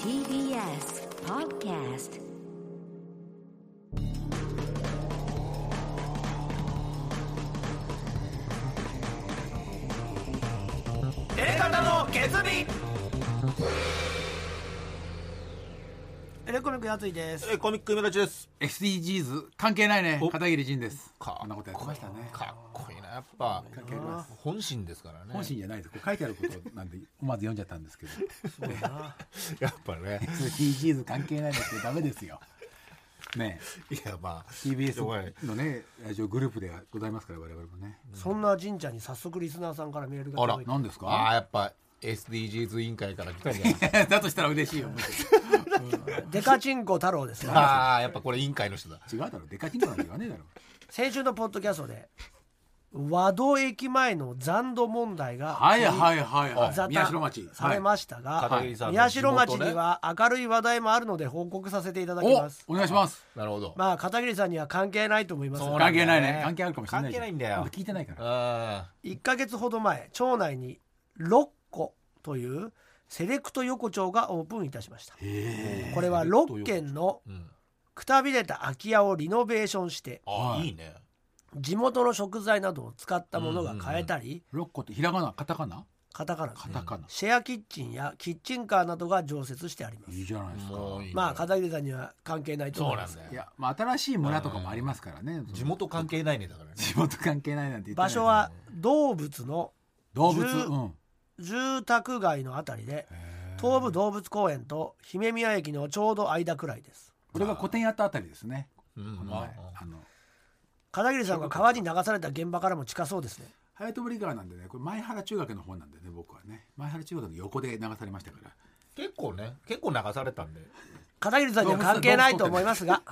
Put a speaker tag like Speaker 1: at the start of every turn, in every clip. Speaker 1: TBS Podcast
Speaker 2: エレカタの決意エレコミックやついです
Speaker 3: えーコミックイメラチです。
Speaker 4: SDGs 関係ないね
Speaker 3: お
Speaker 4: 片桐仁です
Speaker 3: か
Speaker 4: こんなことやってましたね
Speaker 3: かっこいいな、やっぱ。
Speaker 4: 係あります
Speaker 3: 本心ですからね。
Speaker 4: 本心じゃないですこう書いてあることなんでまず読んじゃったんですけど
Speaker 3: やっぱね。
Speaker 4: SDGs 関係ないですけどダメですよね
Speaker 3: いや、まあ。
Speaker 4: TBS
Speaker 3: おい
Speaker 4: のねラジオグループではございますから我々もね
Speaker 2: そんな神社に早速リスナーさんからメールが
Speaker 3: あら
Speaker 2: 届いて
Speaker 4: 何です
Speaker 3: ああ、
Speaker 4: か
Speaker 3: やっぱ SDGs 委員会から来たんじゃない
Speaker 4: だとしたら嬉しいよむし
Speaker 2: デカチンコ太郎ですが
Speaker 3: ああ、やっぱこれ委員会の人だ。
Speaker 4: ろ違うだろデカチンコなんて言わねえだろ
Speaker 2: 先週のポッドキャストで和道駅前の残土問題が
Speaker 4: はいはいはいは
Speaker 2: 沙
Speaker 4: い
Speaker 2: 汰
Speaker 4: 宮代町
Speaker 2: され
Speaker 4: は
Speaker 2: ましたが、
Speaker 3: 片桐さんの
Speaker 2: 宮代町
Speaker 3: 地元ね
Speaker 2: には明るい話題もあるので報告させていただき
Speaker 4: い
Speaker 2: ます
Speaker 4: おお願いします
Speaker 3: なるほど。
Speaker 2: まあ片桐さんには関係ないと思います
Speaker 3: そうな
Speaker 2: が
Speaker 3: んだよ
Speaker 4: 関係ないね関係あるかもしれな
Speaker 3: 関
Speaker 4: い
Speaker 3: 係ないんだよ
Speaker 4: ま聞いてないから
Speaker 3: あ
Speaker 2: 1ヶ月ほど前町内に6個というセレクト横丁がオープンいたしましたこれは6軒の
Speaker 3: あ。うん。
Speaker 2: くたびれた空き家をリノベーションして
Speaker 3: ああ、
Speaker 4: はい
Speaker 3: いね。
Speaker 2: 地元の食材などを使ったものが買えたり
Speaker 4: 6個ってひらがなカタカナ
Speaker 2: カタカナです
Speaker 4: カ
Speaker 2: ね
Speaker 4: タカナ
Speaker 2: シェアキッチンやキッチンカーなどが常設してあります
Speaker 4: いいじゃないですか
Speaker 3: もういいね。
Speaker 2: まあ片桐さんには関係ないと
Speaker 3: そ
Speaker 2: 思
Speaker 3: う
Speaker 2: い
Speaker 3: な
Speaker 2: ま
Speaker 3: ん
Speaker 2: す
Speaker 3: だよ。
Speaker 4: いや、まあ、新しい村とかもありますからね。
Speaker 3: 地元関係ないね、だからね。
Speaker 4: 地元関係ないなんて言ってな
Speaker 2: 場
Speaker 4: い
Speaker 2: 所は動物の
Speaker 4: 動物。
Speaker 2: 十
Speaker 4: うん。
Speaker 2: 住宅街のあたりで東武動物公園と姫宮駅のちょうど間くらいです
Speaker 4: これが古典やったあたりですね。
Speaker 3: うん
Speaker 4: この前
Speaker 3: まあ、
Speaker 4: あの、
Speaker 2: 片桐さんが川に流された現場からも近そうですね
Speaker 4: ハヤトブリ川なんでね、これ前原中学の方なんでね、僕はね、前原中学の横で流されましたから。
Speaker 3: 結構ね、結構流されたんで。
Speaker 2: 片桐さんには関係ないと思いますが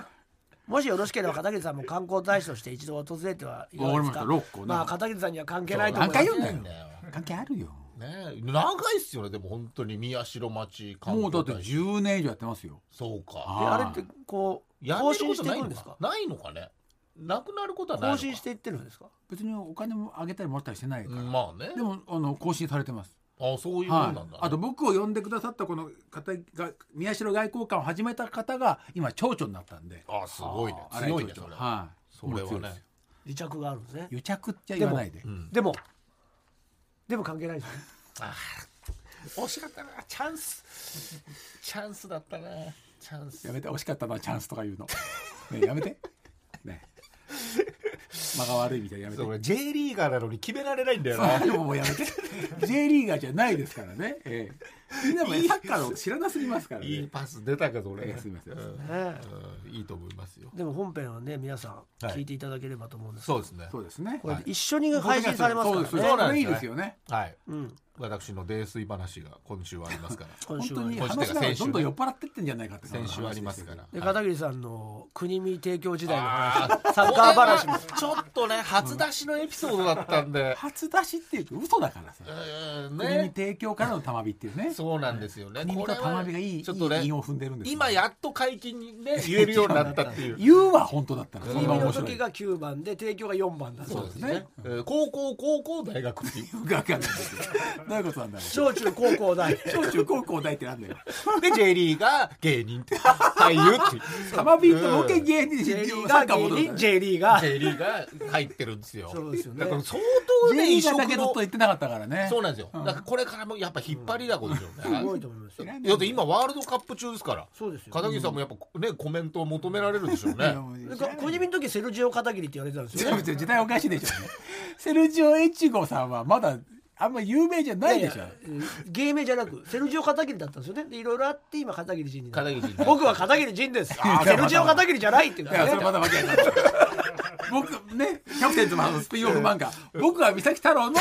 Speaker 2: もしよろしければ片桐さんも観光大使として一度訪れてはいかがですか
Speaker 4: わかりました六個ね
Speaker 2: まあ片桐さんには関係ないと
Speaker 4: 何
Speaker 2: 思います
Speaker 4: 回言
Speaker 3: い
Speaker 4: うんだ
Speaker 3: い
Speaker 4: よ
Speaker 3: ん。だよ。
Speaker 4: 関係あるよ。
Speaker 3: ねえ長いっすよね、でも本当に宮代町観
Speaker 4: もう
Speaker 3: 光
Speaker 4: だ
Speaker 3: 大
Speaker 4: っ
Speaker 3: 使
Speaker 4: て10年以上やってますよ。
Speaker 3: そうか。
Speaker 2: え
Speaker 4: あ
Speaker 2: あ
Speaker 4: ー
Speaker 2: れってこう
Speaker 3: や
Speaker 2: 更
Speaker 3: める
Speaker 2: 新
Speaker 3: こ
Speaker 2: し
Speaker 3: と
Speaker 2: てい
Speaker 3: ない
Speaker 2: くん
Speaker 3: の
Speaker 2: ですか
Speaker 3: かないのかねなくなることはないの
Speaker 2: 更
Speaker 3: か
Speaker 2: 新していってるんですか
Speaker 4: 別にお金もあげたりもらったりしてないか
Speaker 3: う
Speaker 4: ら。
Speaker 3: んまあね
Speaker 4: でも、あの、更新されてます。
Speaker 3: あそういうもんなんだ、
Speaker 4: はい。あと僕を呼んでくださったこの方が、宮代外交官を始めた方が、今、町長になったんで。
Speaker 3: あすごいね
Speaker 4: 荒
Speaker 3: 強いね
Speaker 4: 町長
Speaker 3: それは、
Speaker 4: はい。
Speaker 3: それは
Speaker 4: もう強い
Speaker 3: ね
Speaker 4: ですよ、
Speaker 2: 癒着があるんですね
Speaker 4: 癒着って言わないで
Speaker 3: う。ん、
Speaker 2: でもでも関係ないですね
Speaker 3: あー惜しかったなチャンスチャンスだったなチャンス
Speaker 4: やめて惜しかったなチャンスとか言うの。ねえやめて。ねえ。間が悪いみたいにやめ
Speaker 3: そ
Speaker 4: て。
Speaker 3: う
Speaker 4: も
Speaker 3: 俺 J リーガーなのに決められないんだよな
Speaker 4: うもうやめて。J リーガーじゃないですからね。ええ、みんなもねサッカーを知らなすぎますからね。
Speaker 3: いいパス出たけど
Speaker 4: え
Speaker 3: 俺
Speaker 4: えすいません
Speaker 3: うん
Speaker 2: ね
Speaker 3: うんいいと思いますよ
Speaker 2: でも本編はね皆さん
Speaker 3: はい
Speaker 2: 聞いていただければと思うんですけど、
Speaker 3: そうですね
Speaker 4: そうですね。
Speaker 2: これ一緒に配信されますからね
Speaker 4: そうです。こ
Speaker 3: んで
Speaker 4: れ
Speaker 3: すよ
Speaker 4: いいですよね。
Speaker 3: はい
Speaker 2: うん、
Speaker 3: 私の泥酔話が今週はありますから
Speaker 2: 今
Speaker 4: 本
Speaker 2: 週
Speaker 4: 当
Speaker 2: はね
Speaker 4: に
Speaker 3: 今週は
Speaker 4: 話が
Speaker 3: 先週
Speaker 4: どんどん酔っ払ってってんじゃないかって。
Speaker 3: 先週ありますから。
Speaker 2: で片桐さんの国見提供時代の話
Speaker 3: あー
Speaker 2: サッカー話も
Speaker 3: これはちょっとね初出しのエピソードだったんで、
Speaker 4: 初出しっていうと嘘だからさ。
Speaker 3: うん
Speaker 4: 国に
Speaker 3: ね
Speaker 4: 提供からの玉火っていうね。
Speaker 3: そうなんですよね
Speaker 4: 国
Speaker 3: こ
Speaker 4: と
Speaker 3: れ
Speaker 4: 玉
Speaker 3: は
Speaker 4: 火がいい、いい
Speaker 3: ちょっとね
Speaker 4: 韻を踏んでるんですよ
Speaker 3: 今やっと解禁にね言えるようになったっていう
Speaker 4: 言うは本当だったら、そ
Speaker 2: 国
Speaker 4: ん
Speaker 2: 見
Speaker 4: な
Speaker 2: の
Speaker 4: 面白
Speaker 2: 時
Speaker 4: い。
Speaker 2: が9番で提供が4番だ そ
Speaker 3: そ
Speaker 2: う
Speaker 3: うですね、えー高校高校大学っていう
Speaker 4: わかんないですよどういうことなんだろう。
Speaker 2: 小中高校大
Speaker 4: 小中高校大ってなんだよ。
Speaker 3: で J リーが芸人っていう俳優っていう
Speaker 4: サマビートロケ芸人
Speaker 2: J リーが芸人 J リーが
Speaker 3: J リーが入ってるんですよ
Speaker 2: そうですよね
Speaker 3: だから相当ね
Speaker 4: リ
Speaker 3: 異
Speaker 4: ー
Speaker 3: 色
Speaker 4: がだけずっ
Speaker 3: の
Speaker 4: と言ってなかったからね。
Speaker 3: そうなんですよ、
Speaker 4: ん
Speaker 3: だからこれからもやっぱ引っ張りだこですよね、
Speaker 2: すごいと思いますよ
Speaker 3: だって今ワールドカップ中ですから
Speaker 2: そうですよ
Speaker 3: 片桐さんもやっぱねコメントを求められるでしょうね
Speaker 2: でこ国見の時セルジオ片桐って言われてたんですよね
Speaker 4: 時代おかしいでしょうね。セルジオ越後さんはまだあんま有名じゃないでしょ
Speaker 2: い。やいやうん芸名じゃなくセルジオ片桐だったんですよねでいろいろあって今片桐仁になった
Speaker 3: 片桐仁
Speaker 2: 僕は片桐仁です
Speaker 4: あー
Speaker 2: セルジオ片桐じゃないって言う
Speaker 4: だ
Speaker 2: か
Speaker 4: かららそれ
Speaker 2: ね
Speaker 4: まだわけわかんない。僕ね、キャプテンズマンのスピンオフ漫画、僕は三崎太郎の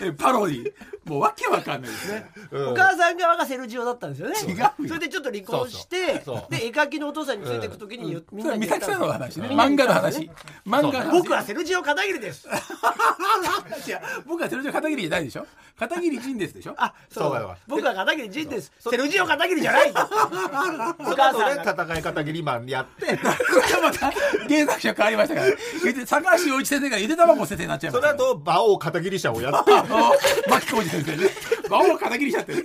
Speaker 4: えパロディ、もうわけわかんないですね。
Speaker 3: うん
Speaker 2: お母さん側がセルジオだったんですよね
Speaker 4: 違うよ
Speaker 2: それでちょっと離婚し
Speaker 3: そう
Speaker 2: て
Speaker 3: そうそう
Speaker 2: で絵描きのお父さんについていく時に言うみ
Speaker 4: そ
Speaker 2: ん
Speaker 4: れ
Speaker 2: な
Speaker 4: は
Speaker 2: に
Speaker 4: 三
Speaker 2: 言っ
Speaker 4: 崎
Speaker 2: たんで
Speaker 4: 太
Speaker 2: すよ
Speaker 4: 郎の話ね。漫画の話。漫画の話。
Speaker 2: 僕はセルジオ片桐です
Speaker 4: いや僕はセルジオ片桐じゃないでしょ片桐仁ですでしょ
Speaker 2: あそう
Speaker 3: そうだわ
Speaker 2: 僕は片桐仁ですセルジオ片桐じゃないお
Speaker 3: そ
Speaker 2: 母
Speaker 3: の
Speaker 2: さ
Speaker 3: 後
Speaker 2: ん
Speaker 3: ね
Speaker 2: が
Speaker 3: 戦い片桐マンやって
Speaker 4: これまた原作者変わりましたからゆで高橋陽一先生がゆで卵先生になっちゃいま
Speaker 3: そ
Speaker 4: し
Speaker 3: の
Speaker 4: たから
Speaker 3: 後馬王片桐社をやって
Speaker 4: あの牧浩二先生ね馬王片桐じゃってね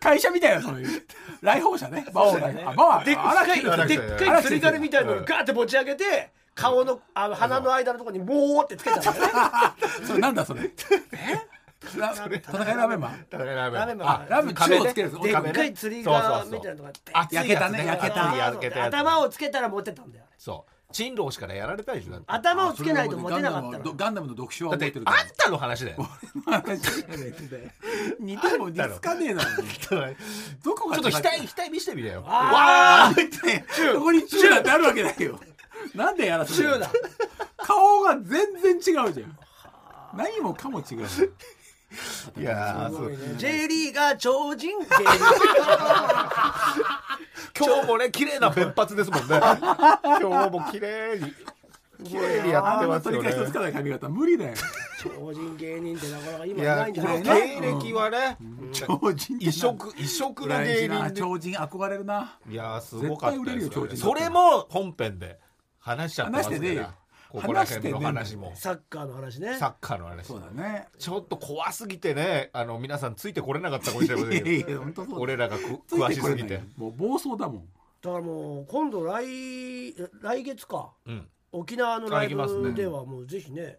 Speaker 4: 会社みたいな、そういう。来訪者ね。馬王来あ、馬王
Speaker 2: でっかい
Speaker 4: 荒木
Speaker 2: でっかい釣り鐘みたいなのをガーって持ち上げて顔のあの鼻の間のところに「もう」ってつけたんだよね。
Speaker 4: それなんだそれ。え？な戦いラーメンマン。
Speaker 3: 戦いラーメン
Speaker 2: ラーメンマン
Speaker 4: あ、ラーメン中をつけるんです
Speaker 2: で
Speaker 4: ね。
Speaker 2: っかい釣りがみたいなのがあって
Speaker 3: 熱いやつ
Speaker 4: 焼けたね焼けた
Speaker 3: 熱いやつ焼けたやつ
Speaker 2: 頭をつけたら持てたんだよあれ
Speaker 3: そう珍老氏からやられたでしょだって
Speaker 2: 頭をつけないと持てなかったの
Speaker 4: ガンダムの読書は
Speaker 3: だっ
Speaker 4: 覚え
Speaker 3: て
Speaker 4: てる
Speaker 3: あんたの話 だよ
Speaker 4: 似ても似つかねえな。
Speaker 3: ちょっ
Speaker 4: どこが
Speaker 3: と額額見してみなよ
Speaker 4: あーってそこにチューなんてあるわけないよ。なんでやらせるの
Speaker 2: 中だ
Speaker 4: 顔が全然違うじゃん。何もかも違う。
Speaker 3: いやーそう
Speaker 2: J リーガー超人芸人
Speaker 3: 今日もね綺麗な弁髪ですも んね今日も綺麗に綺麗にやっ
Speaker 4: あ
Speaker 3: て
Speaker 4: んな
Speaker 3: ます
Speaker 4: 取
Speaker 3: よ
Speaker 4: り
Speaker 3: ね
Speaker 4: 返しつかない髪型無 理だよ。
Speaker 2: 超人芸人ってなかなか
Speaker 3: い
Speaker 2: 今い
Speaker 3: や
Speaker 2: ないんじ
Speaker 3: こ
Speaker 2: ゃな
Speaker 3: の
Speaker 2: い
Speaker 3: 経
Speaker 2: の
Speaker 3: 歴はね
Speaker 4: 超人
Speaker 3: 異色異色の芸
Speaker 4: 芸人
Speaker 3: 人で
Speaker 4: 超人憧れるな。
Speaker 3: いやーすごかったです
Speaker 4: 絶対売れるよ超
Speaker 3: よ
Speaker 4: 人
Speaker 3: それも本編で話しちゃってま
Speaker 4: 話し
Speaker 3: す
Speaker 4: てねえよ
Speaker 3: らここら辺の
Speaker 4: 話
Speaker 3: 話
Speaker 4: してねえんだ
Speaker 3: も
Speaker 4: よ
Speaker 2: サッカーの話ね
Speaker 3: サッカーの話
Speaker 4: そうだね。
Speaker 3: ちょっと怖すぎてねあの皆さんついてこれなかったかもしれません
Speaker 4: いやいや
Speaker 3: よ
Speaker 4: 本当そうだ
Speaker 3: 俺らがく
Speaker 4: つい
Speaker 3: 詳
Speaker 4: て
Speaker 3: し
Speaker 4: こ
Speaker 3: す
Speaker 4: れな
Speaker 3: ぎ
Speaker 4: い
Speaker 3: て
Speaker 4: もう暴走だもん。
Speaker 2: だからもう今度来来月か
Speaker 3: うん
Speaker 2: 沖縄のライ
Speaker 3: あ行きます
Speaker 2: ブ
Speaker 3: ね
Speaker 2: ではもうぜひね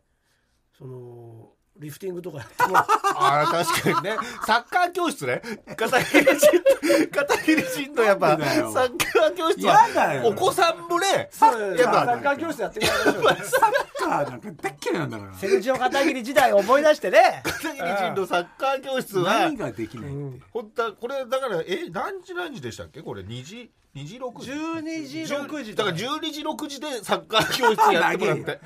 Speaker 2: そのリフティングとかやってもらって
Speaker 3: あー確かにねサッカー教室ね片桐仁片桐仁のやっぱサ
Speaker 4: なんでだよ
Speaker 3: ッカー教室は
Speaker 4: やだよ
Speaker 3: お子さんもね
Speaker 2: サッ
Speaker 3: やっぱ
Speaker 2: カー教室やってくださいよ
Speaker 4: サッカーなんか大っ嫌いなんだから。
Speaker 2: セルジオ片桐時代を思い出し てね
Speaker 3: 片桐仁のサッカー教室は
Speaker 4: 何ができないって。
Speaker 3: 本当はこれだからえ何時何時でしたっけこれ2時2時6時
Speaker 2: 12時6時
Speaker 3: だから12時6時でサッカー教室やってもらっ
Speaker 4: 長
Speaker 3: て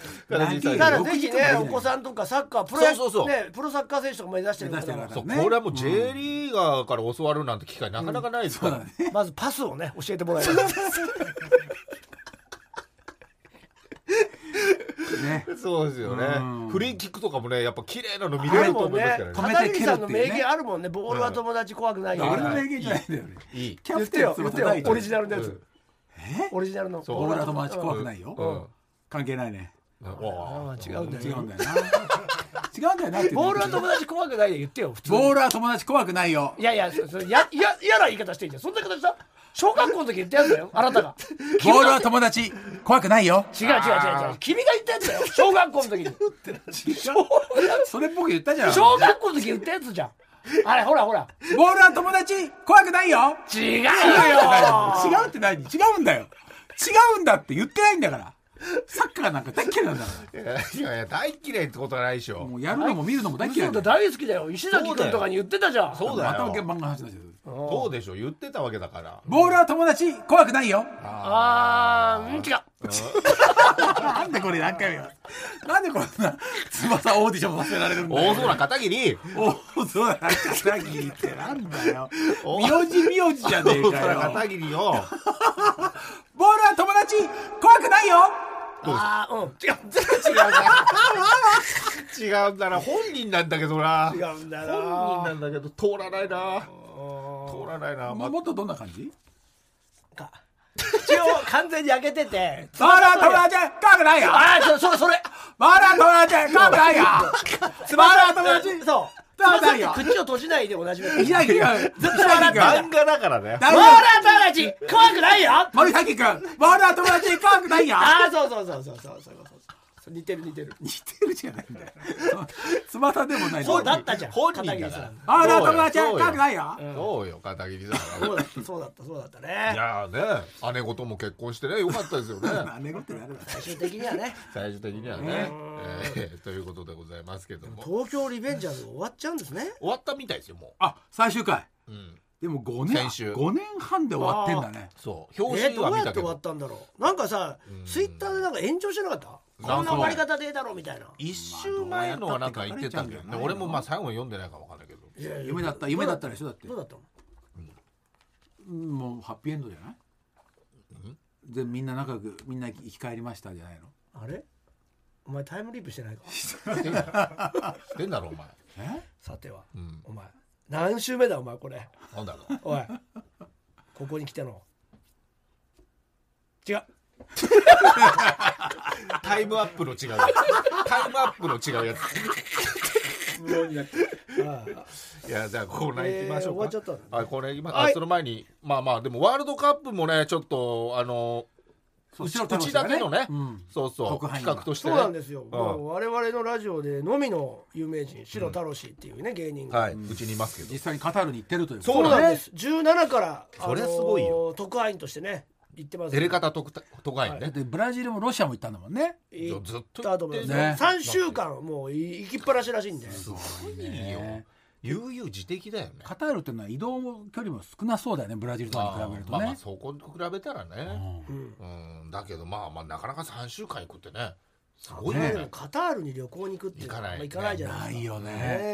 Speaker 4: 長い
Speaker 3: 片桐仁さんに
Speaker 2: だからぜひ
Speaker 4: 6時とか
Speaker 2: ね
Speaker 4: ね
Speaker 2: お子さんとかサッカープロ野
Speaker 3: そうそうそう
Speaker 2: ねプロサッカー選手とか目指してる
Speaker 4: 目指して
Speaker 2: 方
Speaker 4: る
Speaker 2: は
Speaker 4: 方
Speaker 3: そう
Speaker 4: ね
Speaker 3: これはもう J リーガーから教わるなんて機会なかなかないですから、
Speaker 2: まずパスをね教えてもらいたい
Speaker 4: ね。
Speaker 3: そうですよね、
Speaker 4: うん
Speaker 3: フリーキックとかもねやっぱ綺麗なの見
Speaker 2: あ
Speaker 3: れ
Speaker 2: る
Speaker 3: ると
Speaker 2: もん
Speaker 3: 思いま
Speaker 2: ね
Speaker 3: すからね
Speaker 4: 止め
Speaker 2: 片
Speaker 4: て
Speaker 2: 桐
Speaker 4: 蹴る
Speaker 2: さ
Speaker 4: っ
Speaker 2: んの
Speaker 4: ていうね
Speaker 2: 名言あるもんねボールは友達怖くないよ
Speaker 4: あれの名言じゃないんだよね。
Speaker 3: いい
Speaker 4: キャ
Speaker 2: 言
Speaker 4: プ
Speaker 2: って
Speaker 4: テン
Speaker 2: よ
Speaker 4: 翼
Speaker 2: 言って
Speaker 4: 第
Speaker 2: よ
Speaker 4: 一
Speaker 2: オリジナルのやつ
Speaker 4: え
Speaker 2: オリジナルの
Speaker 3: そう
Speaker 4: 俺ら友達怖くない
Speaker 3: うん
Speaker 4: よ。関係ないね。
Speaker 3: うんわあ
Speaker 2: 違うんだ
Speaker 4: 違う
Speaker 2: よ
Speaker 4: んだよな。違うんだよなって。
Speaker 2: ボールは友達怖くないで言ってよ普通に
Speaker 4: ボールは友達怖くないよ。
Speaker 2: いやいやそそやいや嫌な言い方してんじゃんそんな言い方した小学校の時言ったやつだよあなたが
Speaker 4: ボールは友達怖くないよ。
Speaker 2: 違う違う違う違う君が言ったやつだよ小学校の時に
Speaker 4: それっぽく言ったじゃん。
Speaker 2: 小学校の時言ったやつじゃんあれほらほら
Speaker 4: ボールは友達怖くないよ。
Speaker 2: 違うよ
Speaker 4: 違うって何違うんだよ。違うんだって言ってないんだから。サッカーなんか大っ嫌いなんだか
Speaker 3: いやいやいや大綺麗ってことはないでし
Speaker 4: ら。
Speaker 3: ょ
Speaker 4: もうやるのも見るのも大っ嫌
Speaker 2: 嘘
Speaker 4: いだ
Speaker 2: だ
Speaker 4: よ。
Speaker 2: 大好きだよ石崎君とかに言ってたじゃん
Speaker 3: そうだよ
Speaker 4: また漫画の話だけど。
Speaker 3: そうでしょ言ってたわけだから
Speaker 4: ボールは友達怖くないよ。
Speaker 2: あーうん違う
Speaker 4: なんでこれ何回も言いますなんでこんな翼オーディションさせられるんだよ
Speaker 3: 大空片桐
Speaker 4: 大空片桐ってなんだよ名字名字じゃねえ
Speaker 3: 大
Speaker 4: か
Speaker 3: 空
Speaker 4: よ
Speaker 3: 片桐よ
Speaker 4: ボールは友達怖くないよ
Speaker 2: あーうん違う全
Speaker 3: 違うんだな本人なんだけどな
Speaker 2: 然違うんだよ
Speaker 3: 本人
Speaker 2: な
Speaker 3: なんだけど通らないな 通らないな、ま
Speaker 4: もっとどんな感じ
Speaker 2: か口を完全に開けてて
Speaker 4: ボールは友達怖くないよ
Speaker 2: ああそそれそれ
Speaker 4: ボールは友達怖くないよボールは友達
Speaker 2: そう
Speaker 4: だからだよ
Speaker 2: 口を閉じないで同じだよ
Speaker 4: 石崎君石崎
Speaker 3: 漫
Speaker 4: 君
Speaker 3: 画だからね
Speaker 4: 大
Speaker 2: ボー
Speaker 4: 丈
Speaker 2: ラー
Speaker 4: 夫
Speaker 2: 友達怖くないよ
Speaker 4: 森崎君ボールは友達怖くないよ
Speaker 2: ああそうそうそうそうそうそうそうそう似てる似てる
Speaker 4: 似てるじゃないんだよ翼でもない
Speaker 2: そうだったじゃん
Speaker 3: 本人だ
Speaker 2: 片
Speaker 3: か
Speaker 2: 桐さ
Speaker 3: ら
Speaker 2: ん
Speaker 4: ボールは友達
Speaker 3: そうよ
Speaker 4: 怖くないよ
Speaker 3: そうよ片桐さん
Speaker 2: そ
Speaker 3: は
Speaker 2: うだったそうだったそうだった
Speaker 3: い
Speaker 2: ね
Speaker 3: やーね姉ごとも結婚してねよかったですよね
Speaker 4: 姉子って誰だ
Speaker 2: 最終的には ね
Speaker 3: 最終的にはね、えーということでございますけども終
Speaker 2: 東京リベンジャーズ終わっちゃうんですね
Speaker 3: わったみたいですよも
Speaker 4: あ最終回
Speaker 3: う、うん、
Speaker 4: でも5年
Speaker 3: 先週
Speaker 4: 5年半で終わってんだね
Speaker 3: そう表
Speaker 2: え
Speaker 3: 紙
Speaker 2: どう
Speaker 3: は
Speaker 2: や
Speaker 3: 見た
Speaker 2: って
Speaker 3: け
Speaker 2: 終わ
Speaker 3: ど
Speaker 2: ったんだろうなんかさツイッターでなんか炎上してなかったこんな終わり方でだろうみたいな
Speaker 3: 一週前のはなんか言ってたけど
Speaker 4: まあどうやったって書かれちゃうんじゃな
Speaker 3: ね
Speaker 4: いの
Speaker 3: 俺もまあ最後読んでないからわかんないけど
Speaker 2: いやいや
Speaker 4: 夢だった夢だったでしょだって
Speaker 2: どうだったの
Speaker 4: うんもうハッピーエンドじゃないでみんな仲良くみんな生き返りましたじゃないの
Speaker 2: あれお前タイムリープしてな いか
Speaker 3: してんだろお前
Speaker 4: え
Speaker 2: さては
Speaker 3: うん
Speaker 2: お前何週目だお前これ
Speaker 3: なんだろ
Speaker 2: おいここに来ての違う
Speaker 3: タイムアップの違うやつタイムアップの違うやついやじゃあコーナー行きましょうか、
Speaker 2: えー終わっちゃった
Speaker 3: はいコーナー行きま
Speaker 2: はい
Speaker 3: あその前にまあまあでもワールドカップもねちょっとあの
Speaker 4: そう
Speaker 3: うち
Speaker 4: 白田
Speaker 3: う
Speaker 4: の
Speaker 3: ち
Speaker 4: 人が
Speaker 3: だ
Speaker 4: ね
Speaker 3: けのね、
Speaker 4: うん
Speaker 3: そうそう
Speaker 4: 特派員
Speaker 3: 企
Speaker 4: が
Speaker 3: 画として、
Speaker 2: そ
Speaker 3: ね、
Speaker 2: うなんですよ、
Speaker 3: ん
Speaker 2: もう我々のラジオでのみの有名人白太郎氏っていうね芸人が、
Speaker 3: はい、うちにいますけど
Speaker 4: 実際にカタールに行ってるという
Speaker 3: そう
Speaker 2: そう
Speaker 3: だね
Speaker 2: なんです17から
Speaker 3: それはすごいよ
Speaker 2: あのー特派員としてね行ってます
Speaker 3: エレカタ特特派員
Speaker 4: だっ
Speaker 3: ね、
Speaker 4: てブラジルもロシアも行ったんだもんね
Speaker 2: 行
Speaker 3: ずっと
Speaker 2: ったと思います、
Speaker 4: ね
Speaker 2: 3週間もうい行きっぱなしらしいんで、
Speaker 3: すごいよ悠々自適だよね
Speaker 4: カタールっていうのは移動距離も少なそうだよねブラジルとかに比べると
Speaker 3: まあまあ
Speaker 4: ね
Speaker 3: そこと比べたらね
Speaker 2: うん
Speaker 3: うん、だけどまあまあなかなか3週間行くってねすごいよね
Speaker 2: ね、カタールに旅行に行くっていうの
Speaker 3: 行か
Speaker 2: は
Speaker 3: ない
Speaker 2: まあ行かないじゃな
Speaker 4: ないい
Speaker 2: ですか
Speaker 4: よ
Speaker 2: ね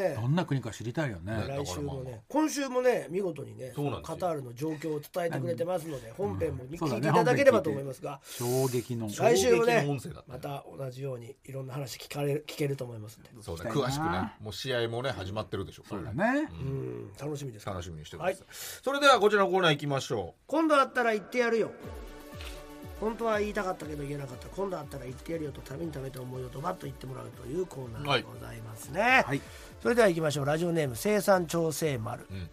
Speaker 4: ねどんな国か知りたいよね
Speaker 2: 来
Speaker 3: だか
Speaker 2: 週も
Speaker 3: らまあまあ
Speaker 2: ね今週もね見事にね
Speaker 3: そうなんですよ
Speaker 2: カタールの状況を伝えてくれてますので本編も
Speaker 4: そ
Speaker 2: 聞
Speaker 4: うだ
Speaker 2: いて
Speaker 4: ね
Speaker 2: いただければと思いますが、
Speaker 4: 衝撃の
Speaker 2: 来週も
Speaker 3: 衝
Speaker 2: ね
Speaker 3: 撃の音声だったね
Speaker 2: また同じようにいろんな話聞かれ聞けると思いますんで、
Speaker 3: そうね
Speaker 4: 行きたいな
Speaker 3: 詳しくねもう試合もね始まってるでしょうか
Speaker 4: そ
Speaker 3: らね
Speaker 4: うだね
Speaker 2: うん楽しみです
Speaker 3: 楽しみにしてください、
Speaker 2: はい
Speaker 3: それではこちらのコーナー行きましょ
Speaker 2: 今度あったら言ってやるよ本当は言いたかったけど言えなかった今度あったら言ってやるよとためにためた思いをドバッと言ってもらうというコーナーでございますね、
Speaker 4: はい
Speaker 2: それでは行きましょうラジオネーム生産調整丸、
Speaker 3: ん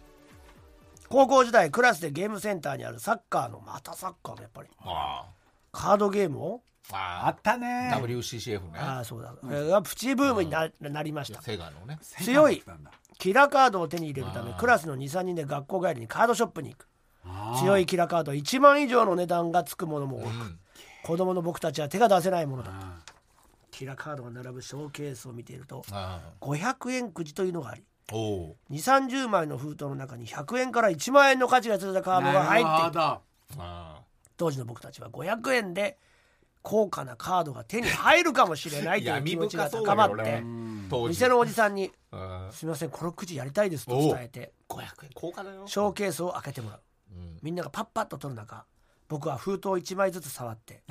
Speaker 2: 高校時代クラスでゲームセンターにあるサッカーのまたサッカーのやっぱり
Speaker 3: うあ
Speaker 2: カードゲームを
Speaker 3: ああ
Speaker 4: あったね
Speaker 3: WCCF ね
Speaker 2: ああそうだ、えーがプチブームにな,、なりました
Speaker 3: セガのね
Speaker 2: 強いキラーカードを手に入れるためクラスの23人で学校帰りにカードショップに行く強いキラーカード1万以上の値段がつくものも多く、子供の僕たちは手が出せないものだったキラーカードが並ぶショーケースを見ていると
Speaker 3: あ
Speaker 2: 500円くじというのがあり
Speaker 3: あおう
Speaker 2: 2 3 0枚の封筒の中に100円から1万円の価値がついたカードが入っている
Speaker 4: た
Speaker 3: あ
Speaker 2: 当時の僕たちは500円で高価なカードが手に入るかもしれないという気持ちが高まっ
Speaker 3: 闇深そうだ
Speaker 2: て
Speaker 3: よ当時
Speaker 2: 店のおじさんに
Speaker 3: あ
Speaker 2: 「すみませんこのくじやりたいです」と伝えて
Speaker 3: 500円高価だよ
Speaker 2: ショーケースを開けてもらう
Speaker 3: うん
Speaker 2: みんながパッパッと取る中僕は封筒1枚ずつ触って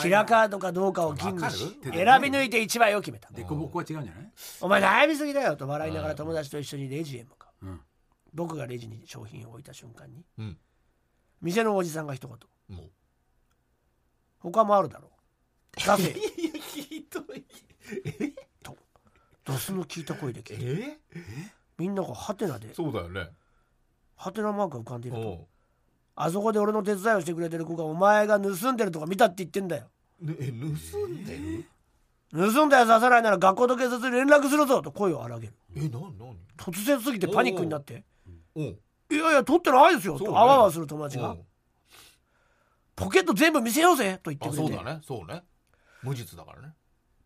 Speaker 2: キラカードかどうかを吟味し
Speaker 4: わ
Speaker 2: 選
Speaker 4: かる
Speaker 2: び抜いて1枚を決めた
Speaker 4: でこぼこは違うんじゃない
Speaker 2: お前悩みすぎだよと笑いながら友達と一緒にレジへ向かう、
Speaker 4: うん
Speaker 2: 僕がレジに商品を置いた瞬間に
Speaker 3: うん
Speaker 2: 店のおじさんが一言
Speaker 3: もう
Speaker 2: 「他もあるだろう」出せ
Speaker 3: ひどい
Speaker 2: とドスの効いた声で聞いて
Speaker 3: え
Speaker 2: みんながハテナで
Speaker 3: そうだよね
Speaker 2: ハテナマークが浮かんでいる
Speaker 3: お
Speaker 2: と
Speaker 3: う
Speaker 2: あそこで俺の手伝いをしてくれてる子がお前が盗んでるとか見たって言ってんだよ
Speaker 3: ねえ盗んでる
Speaker 2: 盗んだやつ出さないなら学校と警察に連絡するぞと声を荒げる
Speaker 3: えなになに
Speaker 2: 突然すぎてパニックになって
Speaker 3: おう
Speaker 2: 「いやいや取ってないですよ」
Speaker 3: そう
Speaker 2: と
Speaker 3: ね
Speaker 2: あわあわする友達
Speaker 3: お
Speaker 2: が
Speaker 3: う
Speaker 2: 「ポケット全部見せようぜ」と言って
Speaker 3: あ
Speaker 2: くれ
Speaker 3: そう
Speaker 2: て
Speaker 3: だねそうね無実だからね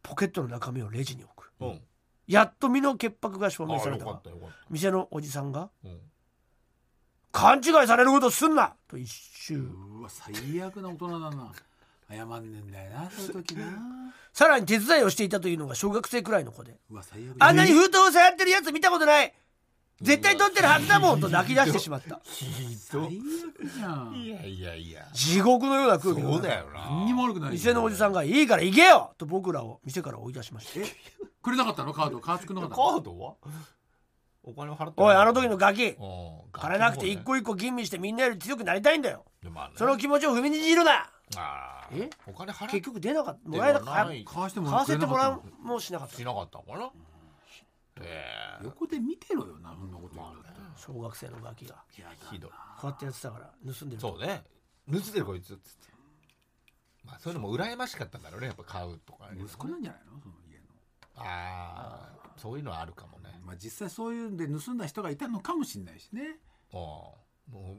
Speaker 2: ポケットの中身をレジに置く
Speaker 3: うん
Speaker 2: やっと身の潔白が証明
Speaker 3: あ
Speaker 2: さ
Speaker 3: よ
Speaker 2: れた
Speaker 3: か
Speaker 2: が
Speaker 3: ったよかっ
Speaker 2: 店のおじさんが
Speaker 3: たうん
Speaker 2: 「勘違いされることすんな!」と一周
Speaker 4: うわ最悪な大人だな謝んねえんだよなそういう時な
Speaker 2: さらに手伝いをしていたというのが小学生くらいの子で
Speaker 4: うわ最悪
Speaker 2: 「あんなに封筒を触ってるやつ見たことない絶対取ってるはずだもん!」と泣き出してしまった
Speaker 3: ひ
Speaker 4: 最悪じゃん
Speaker 3: いやいやいや
Speaker 2: 地獄のような空気
Speaker 3: そう
Speaker 2: が
Speaker 3: だよ
Speaker 4: 何に
Speaker 3: な
Speaker 4: も悪くない
Speaker 2: 店のおじさんが「いいから行けよ!」と僕らを店から追い出しました
Speaker 4: くれなかったのカードカード作んなかっ
Speaker 3: カ
Speaker 4: たの
Speaker 3: ードはお金を払って
Speaker 2: おいあの時のガキ
Speaker 3: うん
Speaker 2: 枯れなくて一個一個吟味してみんなより強くなりたいんだよ
Speaker 3: でもあね
Speaker 2: その気持ちを踏みにじるな
Speaker 3: あー
Speaker 2: え
Speaker 3: お金払
Speaker 2: 結
Speaker 3: って
Speaker 2: 局出なかったもらえな
Speaker 3: は
Speaker 2: かった
Speaker 3: ない
Speaker 4: 買わして
Speaker 2: 買
Speaker 4: も
Speaker 2: わ
Speaker 4: く
Speaker 2: せ
Speaker 4: れ
Speaker 2: て
Speaker 4: なか
Speaker 2: もら
Speaker 4: った
Speaker 2: うもしなかった
Speaker 3: しなかったのかなえ
Speaker 4: の横で見てろよなそんなこと言うんだったら
Speaker 2: 小学生のガキが
Speaker 4: や
Speaker 3: えひどい
Speaker 2: こうやってやってたから盗んでる
Speaker 3: そうね盗んでるこいつっつってまあそういうのも羨ましかったんだろうねやっぱ買うとかね
Speaker 4: 息子なんじゃないのその家の
Speaker 3: ああそういうのはあるかもね
Speaker 4: まあ実際そういうんで盗んだ人がいたのかもしれないしね
Speaker 3: ああも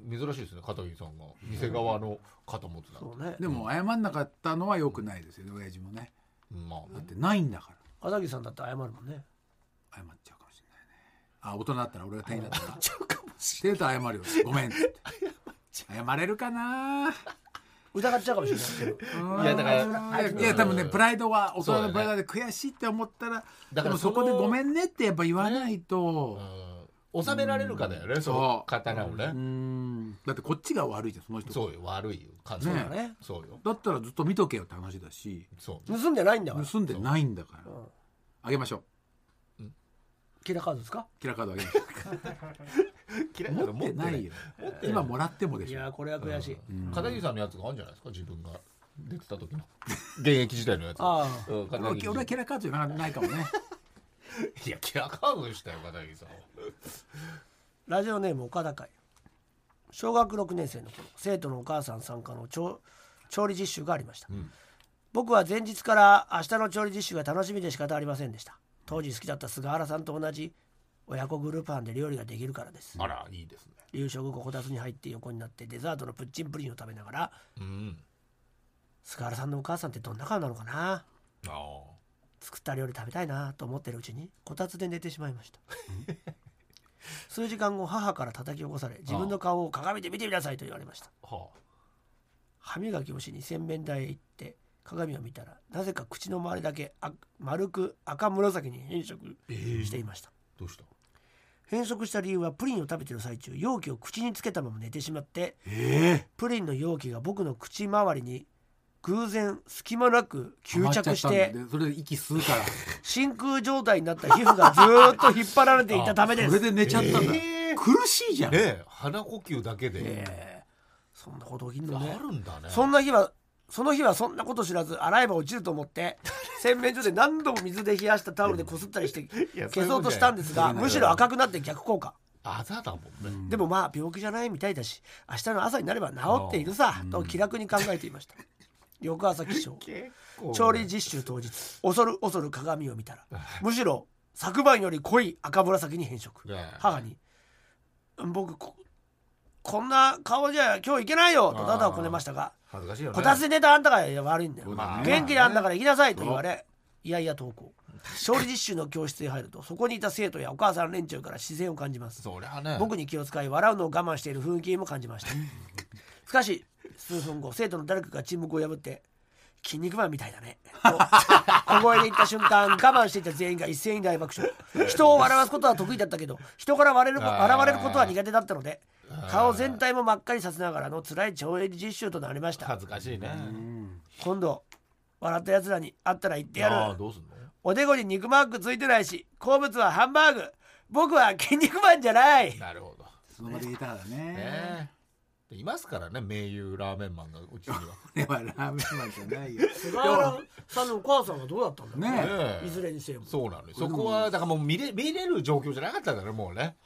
Speaker 3: う珍しいですね片桐さんが店側の肩持つなん
Speaker 2: そ
Speaker 3: て
Speaker 2: うね
Speaker 4: でも謝んなかったのは良くないですよね親父もね
Speaker 3: うんまあ
Speaker 4: だってないんだから
Speaker 2: 片桐さんだって謝るもんね
Speaker 4: 謝っちゃうかもしれないねあ大人だったら俺が店員だったら謝っちゃうかもしれない謝るよごめんって謝れるかな
Speaker 2: 疑っちゃうかもしれないけど
Speaker 4: い
Speaker 3: いやだから
Speaker 4: いや多分ねプライドは大
Speaker 3: そうだ
Speaker 4: 人の
Speaker 3: ね
Speaker 4: プライドで悔しいって思ったら
Speaker 3: だから
Speaker 4: でもそこで
Speaker 3: その
Speaker 4: ごめんねってやっぱ言わないと、
Speaker 3: うん収められるかだよねそ
Speaker 4: そ
Speaker 3: の
Speaker 4: う
Speaker 3: 刀を
Speaker 4: う
Speaker 3: ね
Speaker 4: んだってこっちが悪いじゃんその人
Speaker 3: そうよ悪いよ感じ
Speaker 4: ね
Speaker 2: だね
Speaker 3: そうよ
Speaker 4: だったらずっと見とけよって話だし
Speaker 3: そう
Speaker 2: 盗んでないんだから
Speaker 4: 盗んでないんだから
Speaker 2: ん
Speaker 4: あげましょう
Speaker 2: キラカードですか
Speaker 4: キラカードあげましょ
Speaker 3: 嫌
Speaker 4: う 持ってないよ今もらってもで
Speaker 2: い
Speaker 4: しょ
Speaker 2: やこれは悔しい
Speaker 3: 片桐さんのやつがあるんじゃないですか自分が出てた時の現役時代のやつ
Speaker 2: ああ
Speaker 3: うん片
Speaker 4: 俺
Speaker 3: 桐
Speaker 4: は俺はキラカードじゃなないかもね
Speaker 3: いやキラカードでしたよ片桐さんは
Speaker 2: ラジオネーム岡田会小学6年生の頃生徒のお母さん参加の調調理実習がありました、僕は前日から明日の調理実習が楽しみで仕方ありませんでした当時好きだった菅原さんと同じ親子グループ班で料理ができるからです
Speaker 3: あらいいですね
Speaker 2: 夕食後こたつに入って横になってデザートのプッチンプリンを食べながら
Speaker 3: うん
Speaker 2: 菅原さんのお母さんってどんな顔なのかな
Speaker 3: ああ
Speaker 2: 作った料理食べたいなと思ってるうちにこたつで寝てしまいました数時間後母から叩き起こされ自分の顔を鏡で見てみなさいと言われました
Speaker 3: は
Speaker 2: 歯磨きをしに洗面台へ行って鏡を見たらなぜか口の周りだけあ丸く赤紫に変色
Speaker 3: ええ
Speaker 2: していました、
Speaker 3: どうした
Speaker 2: 変色した理由はプリンを食べてる最中容器を口につけたまま寝てしまって
Speaker 4: え
Speaker 2: プリンの容器が僕の口周りに偶然隙間なく
Speaker 4: え
Speaker 2: 吸着して
Speaker 4: それで息吸うから
Speaker 2: 真空状態になった皮膚がずーっと引っ張られていたためで
Speaker 4: それ
Speaker 2: す
Speaker 4: で寝ちゃったんだ、
Speaker 3: ええ
Speaker 4: 苦しいじゃん、
Speaker 3: ねえ鼻呼吸だけで、
Speaker 2: ええそんなこと起きんのね
Speaker 3: あるんだね
Speaker 2: そんな日はその日はそんなこと知らず洗えば落ちると思って洗面所で何度も水で冷やしたタオルでこすったりして
Speaker 3: や
Speaker 2: 消そうとしたんですが
Speaker 4: そういうことだよ
Speaker 2: むしろ赤くなって逆効果
Speaker 3: あざだもんね、
Speaker 2: でもまあ病気じゃないみたいだし明日の朝になれば治っているさと気楽に考えていました翌朝起床
Speaker 3: 結構
Speaker 2: 調理実習当日恐る恐る鏡を見たらむしろ昨晩より濃い赤紫に変色
Speaker 3: ねえ
Speaker 2: 母に「僕ここんな顔じゃ今日いけないよ」とダダをこねましたが
Speaker 3: 恥ずかしいよね
Speaker 2: こたつで寝たあんたが悪いんだよ、
Speaker 4: そうだね
Speaker 2: 元気であんだから行きなさいと言われいやいや投稿勝利実習の教室へ入るとそこにいた生徒やお母さん連中から視線を感じます
Speaker 3: そりゃね
Speaker 2: 僕に気を使い笑うのを我慢している雰囲気も感じましたしかし数分後生徒の誰かが沈黙を破って「筋肉マンみたいだね」と小声で言った瞬間我慢していた全員が一斉に大爆笑人を笑わすことは得意だったけど人から笑われるこ笑われることは苦手だったので顔全体も真っ赤にさせながらの辛い調理実習となりました
Speaker 3: 恥ずかしいね、
Speaker 2: 今度笑ったやつらに会ったら言ってや
Speaker 3: ああ
Speaker 2: る
Speaker 3: どうすんの
Speaker 2: おでこに肉マークついてないし好物はハンバーグ僕は筋肉マンじゃない
Speaker 3: なるほど
Speaker 4: その場で言いたらね
Speaker 3: ねえいますからね名優ラーメンマンがうちには
Speaker 4: 俺はラーメンマンじゃないよ
Speaker 2: 菅原さんのお母さんはどうだったんだろう
Speaker 4: ね
Speaker 3: ねえ
Speaker 2: いずれにせよ
Speaker 3: そうなのよそこはだからもう見れ見れる状況じゃなかったんだねもうね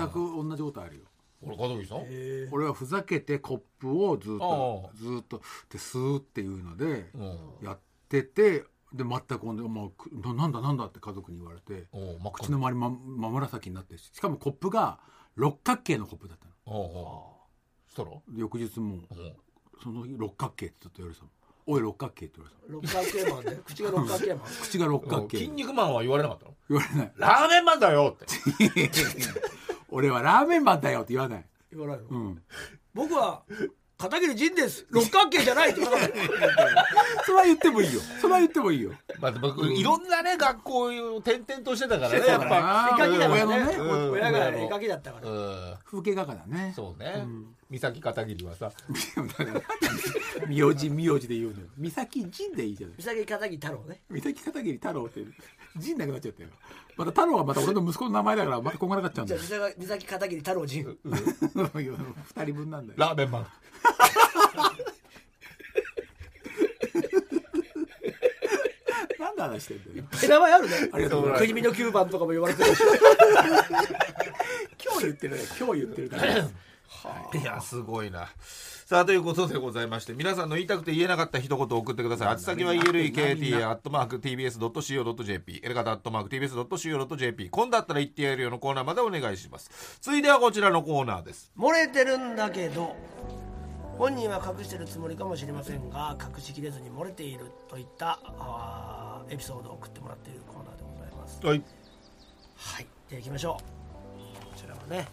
Speaker 4: 全く同じことあるよ
Speaker 3: 俺片桐さん
Speaker 2: へ
Speaker 4: 俺はふざけてコップをずっと
Speaker 3: ああ
Speaker 4: ずっとでスーっていうので
Speaker 3: うん
Speaker 4: やっててで全く同じ、まあくななんだなんだって家族に言われて
Speaker 3: おう真っ
Speaker 4: 口
Speaker 3: 赤
Speaker 4: の周りま真紫になってるししかもコップが六角形のコップだったの
Speaker 3: おうおうそしたらお
Speaker 4: で翌日も
Speaker 3: う
Speaker 4: その日六角形ってちょっと言われてたもんおい六角形って言われてたもん
Speaker 2: え六角形マンで 口が六角形マン
Speaker 4: 口が六角形
Speaker 3: 筋
Speaker 4: 言
Speaker 3: 肉マンは言われなかったの
Speaker 4: われない
Speaker 3: ラーメンマンだよって
Speaker 4: 俺はラーメンマンだよって言わない
Speaker 2: 言わないの
Speaker 4: うん
Speaker 2: 僕は片桐仁です六角形じゃないってことだ
Speaker 4: それは言ってもいいよそれは言ってもいいよ
Speaker 3: まあ僕いろんなね学校を転々としてたからね
Speaker 2: そう
Speaker 3: や
Speaker 2: だ
Speaker 3: っ
Speaker 2: な
Speaker 3: ぱ
Speaker 2: 絵描きだから
Speaker 4: 親の
Speaker 2: ね
Speaker 4: ね
Speaker 2: うん親が
Speaker 3: うん
Speaker 2: 絵描きだったか
Speaker 3: う
Speaker 2: ら
Speaker 3: ん
Speaker 4: 風景画家だね
Speaker 3: そうね三崎片桐はさ
Speaker 4: だから 名字名字で言うのよ三崎仁でいいじゃない
Speaker 2: 三崎片桐太郎ね
Speaker 4: 三崎片桐太郎って仁なくなっちゃったよまた太郎はまた俺の息子の名前だからまたこんがらかっちゃうん
Speaker 2: じ
Speaker 4: だ
Speaker 2: ゃあ
Speaker 4: よ
Speaker 2: 三崎三崎片桐太郎仁
Speaker 4: 二人分なんだよ
Speaker 3: ラーメンマン
Speaker 4: なんで話してんだよ
Speaker 2: 名前あるね
Speaker 4: ありがとうございます
Speaker 2: 国見の9番とかも言われてるし
Speaker 4: 今日言ってるね今日言ってるから
Speaker 3: いやすごいなさあということでございまして皆さんの言いたくて言えなかった一言を送ってください宛先は elekt.tbs.co.jp エレガタ .tbs.co.jp 今度だったら言ってやるよのコーナーまでお願いします続いてはこちらのコーナーです
Speaker 2: 漏れてるんだけど本人は隠してるつもりかもしれませんが隠しきれずに漏れているといったあーエピソードを送ってもらっているコーナーでございます
Speaker 3: はい
Speaker 2: はいでは行きましょうこちらはね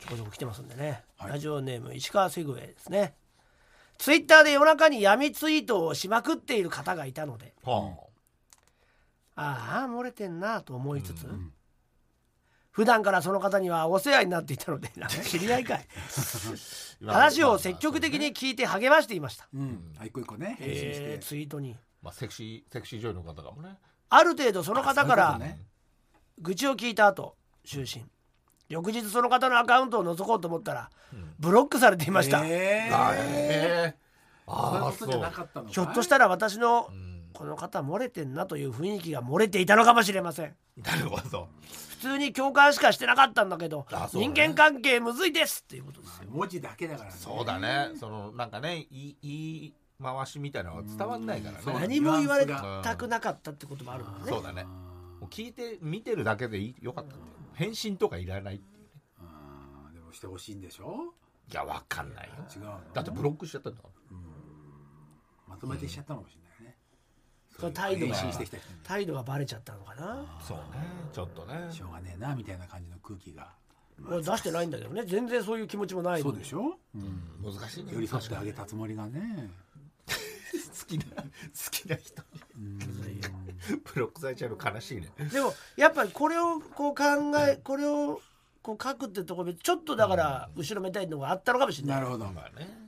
Speaker 2: ちょこちょこ来てますんでね、ラジオネーム石川セグウェイですねツイッターで夜中に闇ツイートをしまくっている方がいたので
Speaker 3: は
Speaker 2: ああ漏れてんなと思いつつ、普段からその方にはお世話になっていたの でなんか知り合いかい
Speaker 3: あ
Speaker 2: 話を積極的に聞いて励ましていました、
Speaker 4: うんあ一個一個ね返信して、
Speaker 2: えーツイートに
Speaker 3: まあ、セクシーセクシー女優の方かもね
Speaker 2: ある程度その方か
Speaker 4: あそういうこと
Speaker 2: ら
Speaker 4: ね
Speaker 2: 愚痴を聞いた後就寝翌日その方のアカウントを覗こうと思ったらブロックされていました、
Speaker 4: えー
Speaker 3: ええああ
Speaker 4: そ
Speaker 3: そう
Speaker 4: いうことじゃ
Speaker 3: う
Speaker 4: なかったのか
Speaker 2: ひょっとしたら私のこの方漏れてんなという雰囲気が漏れていたのかもしれません
Speaker 3: なるほど
Speaker 2: 普通に共感しかしてなかったんだけど、
Speaker 3: あそうね
Speaker 2: 人間関係むずいですっていうことですよ
Speaker 4: 文字だけだからね
Speaker 3: そうだねそのなんかね言い言い回しみたいなのは伝わんないからね
Speaker 4: うんそうだ
Speaker 2: 何
Speaker 4: ね
Speaker 2: も言われたくなかったってこともあるもんね
Speaker 3: そうだねもう聞いて見てるだけでいいよかったんだよ返信とかいらないっていうね
Speaker 4: うんでもしてほしいんでしょ
Speaker 3: いやわかんないよ
Speaker 4: 違うの
Speaker 3: だってブロックしちゃったんだから
Speaker 4: まとめてしちゃったのかもしれないね
Speaker 2: その態度が
Speaker 4: 返信してきた人に
Speaker 2: 態度がバレちゃったのかな
Speaker 3: そうねちょっとね
Speaker 4: しょうがねえなみたいな感じの空気が
Speaker 2: 俺出してないんだけどね全然そういう気持ちもないの
Speaker 4: そ
Speaker 2: に
Speaker 4: うでしょうん
Speaker 3: 難しいね
Speaker 4: 寄り添ってあげたつもりがね
Speaker 3: 好きな 好きな人にブロックされちゃうの悲しいね
Speaker 2: でもやっぱりこれをこう考えこれをこう書くってところでちょっとだから後ろめたいのがあったのかもしれない
Speaker 4: なるほど
Speaker 3: まあね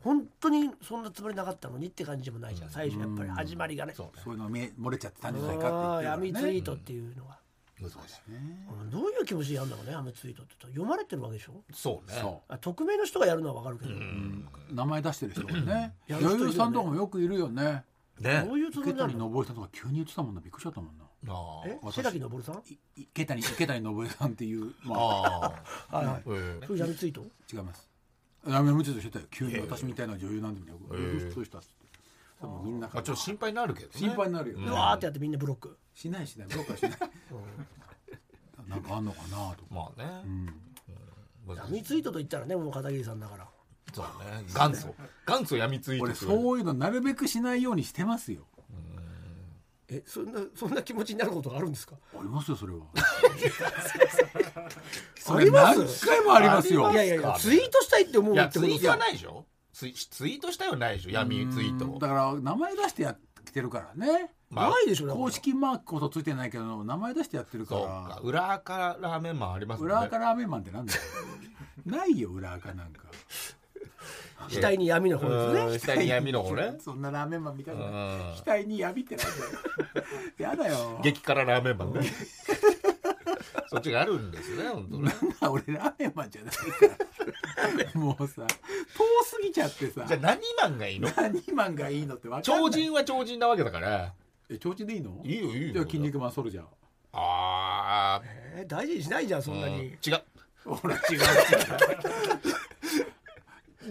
Speaker 2: 本当にそんなつもりなかったのにって感じでもないじゃん最初やっぱり始まりがね
Speaker 3: そうね
Speaker 4: そういうの見え漏れちゃってたんじゃない
Speaker 2: あ
Speaker 4: か
Speaker 2: あ
Speaker 4: って言って
Speaker 2: 闇
Speaker 4: るか
Speaker 2: ツ
Speaker 4: ら
Speaker 2: イ
Speaker 4: ね
Speaker 2: ートっていうのが、
Speaker 3: 難しい
Speaker 2: うんどういう気持ちでやるんだろうね闇ツイートって読まれてるわけでしょ
Speaker 3: そうね
Speaker 4: そ
Speaker 2: あ匿名の人がやるのはわかるけど、
Speaker 4: う名前出してる人がね
Speaker 2: や
Speaker 4: 女
Speaker 2: る人いるよね
Speaker 4: 優さんとかもよくいるよね
Speaker 3: ね
Speaker 2: どういうつも
Speaker 4: 池
Speaker 2: りな
Speaker 4: 谷
Speaker 2: の
Speaker 4: 信江さんとか急に言ってたもんなびっくりしちゃったもんな
Speaker 3: なあ
Speaker 2: え
Speaker 4: 私
Speaker 2: 瀬崎昇さん
Speaker 4: い池谷池谷信江さんっていうまあ
Speaker 3: ああ
Speaker 2: はいはい
Speaker 3: ええ
Speaker 2: そういう闇ツイート
Speaker 4: 違いますやめむちとしてたよ急に私みたいな女優なんでもよく、
Speaker 3: ええ
Speaker 4: そうしたっつって多分みんな
Speaker 3: まあちょっと心配になるけどね
Speaker 4: 心配になるよ、
Speaker 2: うわーってやってみんなブロック
Speaker 4: しないしない僕はしないなんかあんのかなとか、
Speaker 3: まあねうん難しい
Speaker 2: 闇ツイートと言ったらねもう片桐さんだから
Speaker 3: そうね元祖 元祖闇ツイー
Speaker 4: 俺
Speaker 3: トと言われる
Speaker 4: そういうのなるべくしないようにしてますよ
Speaker 2: えそんなそんな気持ちになることがあるんですか
Speaker 4: ありますよそ れは
Speaker 2: あります
Speaker 4: それ何回もありますよ
Speaker 2: いやいやいやツイートしたいって思う
Speaker 3: い
Speaker 2: っ
Speaker 3: や
Speaker 2: て
Speaker 3: ツ
Speaker 2: こと
Speaker 3: イ
Speaker 2: で
Speaker 3: ー
Speaker 2: す
Speaker 3: トは
Speaker 2: よ
Speaker 3: ないでしょツイツイートしたよないでしょ闇ツイート
Speaker 4: だから名前出してやってるからね、
Speaker 3: まあ
Speaker 2: ないでしょだから
Speaker 4: 公式マークこそついてないけど名前出してやってるか
Speaker 3: そう
Speaker 4: ら
Speaker 3: か裏からラーメンマンありますもんね
Speaker 4: 裏垢ラーメンマンってなんだよないよ裏垢なんか
Speaker 2: 額に闇の方ですね
Speaker 3: うん下に闇の方ね
Speaker 4: そんなラーメンマンみたいな
Speaker 3: うん
Speaker 4: 額にやびってないんだよ やだよ
Speaker 3: 激辛ラーメンマ ンねそっちがあるんですね本当ね
Speaker 4: な俺ラーメンマンじゃな いからもうさ遠すぎちゃってさ
Speaker 3: じゃあ何マンがいいの
Speaker 4: 何マンがいいのって分かんな
Speaker 3: 超
Speaker 4: い
Speaker 3: 人は超人なわけだから
Speaker 4: え超人でいいの
Speaker 3: いいよいい
Speaker 4: じゃ
Speaker 3: よ
Speaker 4: あ筋肉マンソルジャー
Speaker 3: ああ
Speaker 2: えー大事にしないじゃんそんな
Speaker 3: 違
Speaker 2: に
Speaker 3: う
Speaker 4: ほら違う違う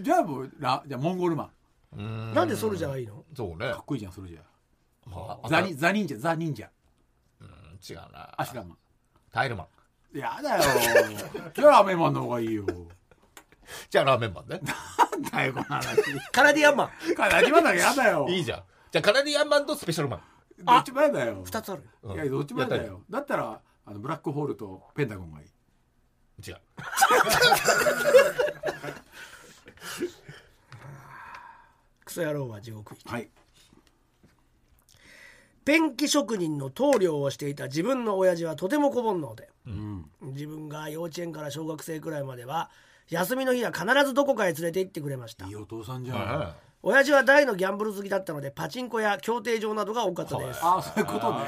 Speaker 4: じゃあもうラじゃあモンゴルマン
Speaker 3: うん
Speaker 2: なんでソルジャーがいいの
Speaker 3: そうね
Speaker 4: かっこいいじゃんソルジャー
Speaker 3: まあ
Speaker 4: ザニザ忍者ザ忍者
Speaker 3: うん違うな
Speaker 4: アシュラマン
Speaker 3: タイルマン
Speaker 4: やだよじゃあラーメンマンの方がいいよ
Speaker 3: じゃあラーメン マンね
Speaker 4: なんだよこの話
Speaker 2: カラディアンマン
Speaker 4: 何マンだやだよ
Speaker 3: いいじゃんじゃあカナディアンマンとスペシャルマン
Speaker 4: どっち前だよ
Speaker 2: 2つある
Speaker 3: うん
Speaker 4: いやどっち前だ
Speaker 3: やっ
Speaker 4: よだったらあのブラックホールとペンタゴンがいい
Speaker 3: たり違う
Speaker 2: クソ野郎は地獄行き
Speaker 4: はい
Speaker 2: ペンキ職人の棟梁をしていた自分の親父はとても小煩悩で、自分が幼稚園から小学生くらいまでは休みの日は必ずどこかへ連れて行ってくれました
Speaker 4: いいお父さんじゃん、
Speaker 3: うん
Speaker 2: 親父は大のギャンブル好きだったのでパチンコや競艇場などが多かったです
Speaker 4: ああそういうことね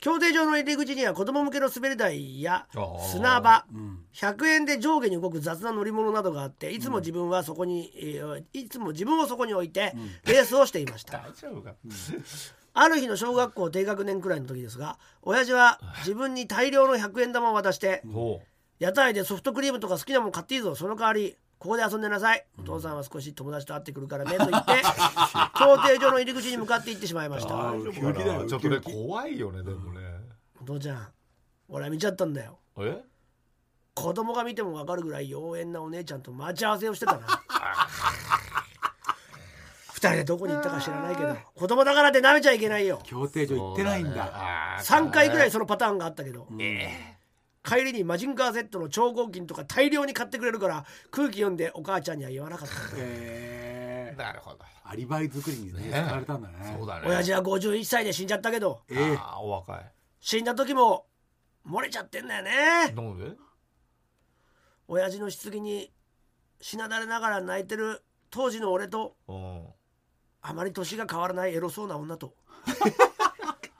Speaker 2: 競艇場の入り口には子供向けの滑り台や
Speaker 3: あー
Speaker 2: 砂場100円で上下に動く雑な乗り物などがあっていつも自分はそこに、えーいつも自分をそこに置いてレースをしてい ました、
Speaker 3: 大丈夫か
Speaker 2: ある日の小学校低学年くらいの時ですが親父は自分に大量の100円玉を渡して
Speaker 3: おう
Speaker 2: 屋台でソフトクリームとか好きなもん買っていいぞその代わりここで遊んでなさいお父さんは少し友達と会ってくるからねと言って競艇場の入り口に向かって行ってしまいました
Speaker 4: あ
Speaker 3: 大丈夫
Speaker 4: 急にだ
Speaker 3: か
Speaker 4: よ
Speaker 3: なちょっとね
Speaker 4: 急に
Speaker 3: 怖いよねでもね
Speaker 2: お父ちゃん俺は見ちゃったんだよ
Speaker 3: え
Speaker 2: 子供が見ても分かるぐらい妖艶なお姉ちゃんと待ち合わせをしてたな二人でどこに行ったか知らないけど子供だからって舐めちゃいけないよ
Speaker 4: 協定所行ってないんだ
Speaker 2: 3回ぐらい
Speaker 3: そ
Speaker 2: そのパターンがあったけど、帰りにマジンガー Z の超合金とか大量に買ってくれるから空気読んでお母ちゃんには言わなかったんだ よ
Speaker 4: え
Speaker 3: うなるほど
Speaker 4: ー、アリバイ作りにね使われたんだね
Speaker 3: そうだね
Speaker 2: 親父は51歳で死んじゃったけど
Speaker 4: えー、
Speaker 3: ああお若い
Speaker 2: 死んだ時も漏れちゃってんだよね
Speaker 3: なんで
Speaker 2: 親父の棺にしなだれながら泣いてる当時の俺と
Speaker 3: うん
Speaker 2: あまり年が変わらないエロそうな女と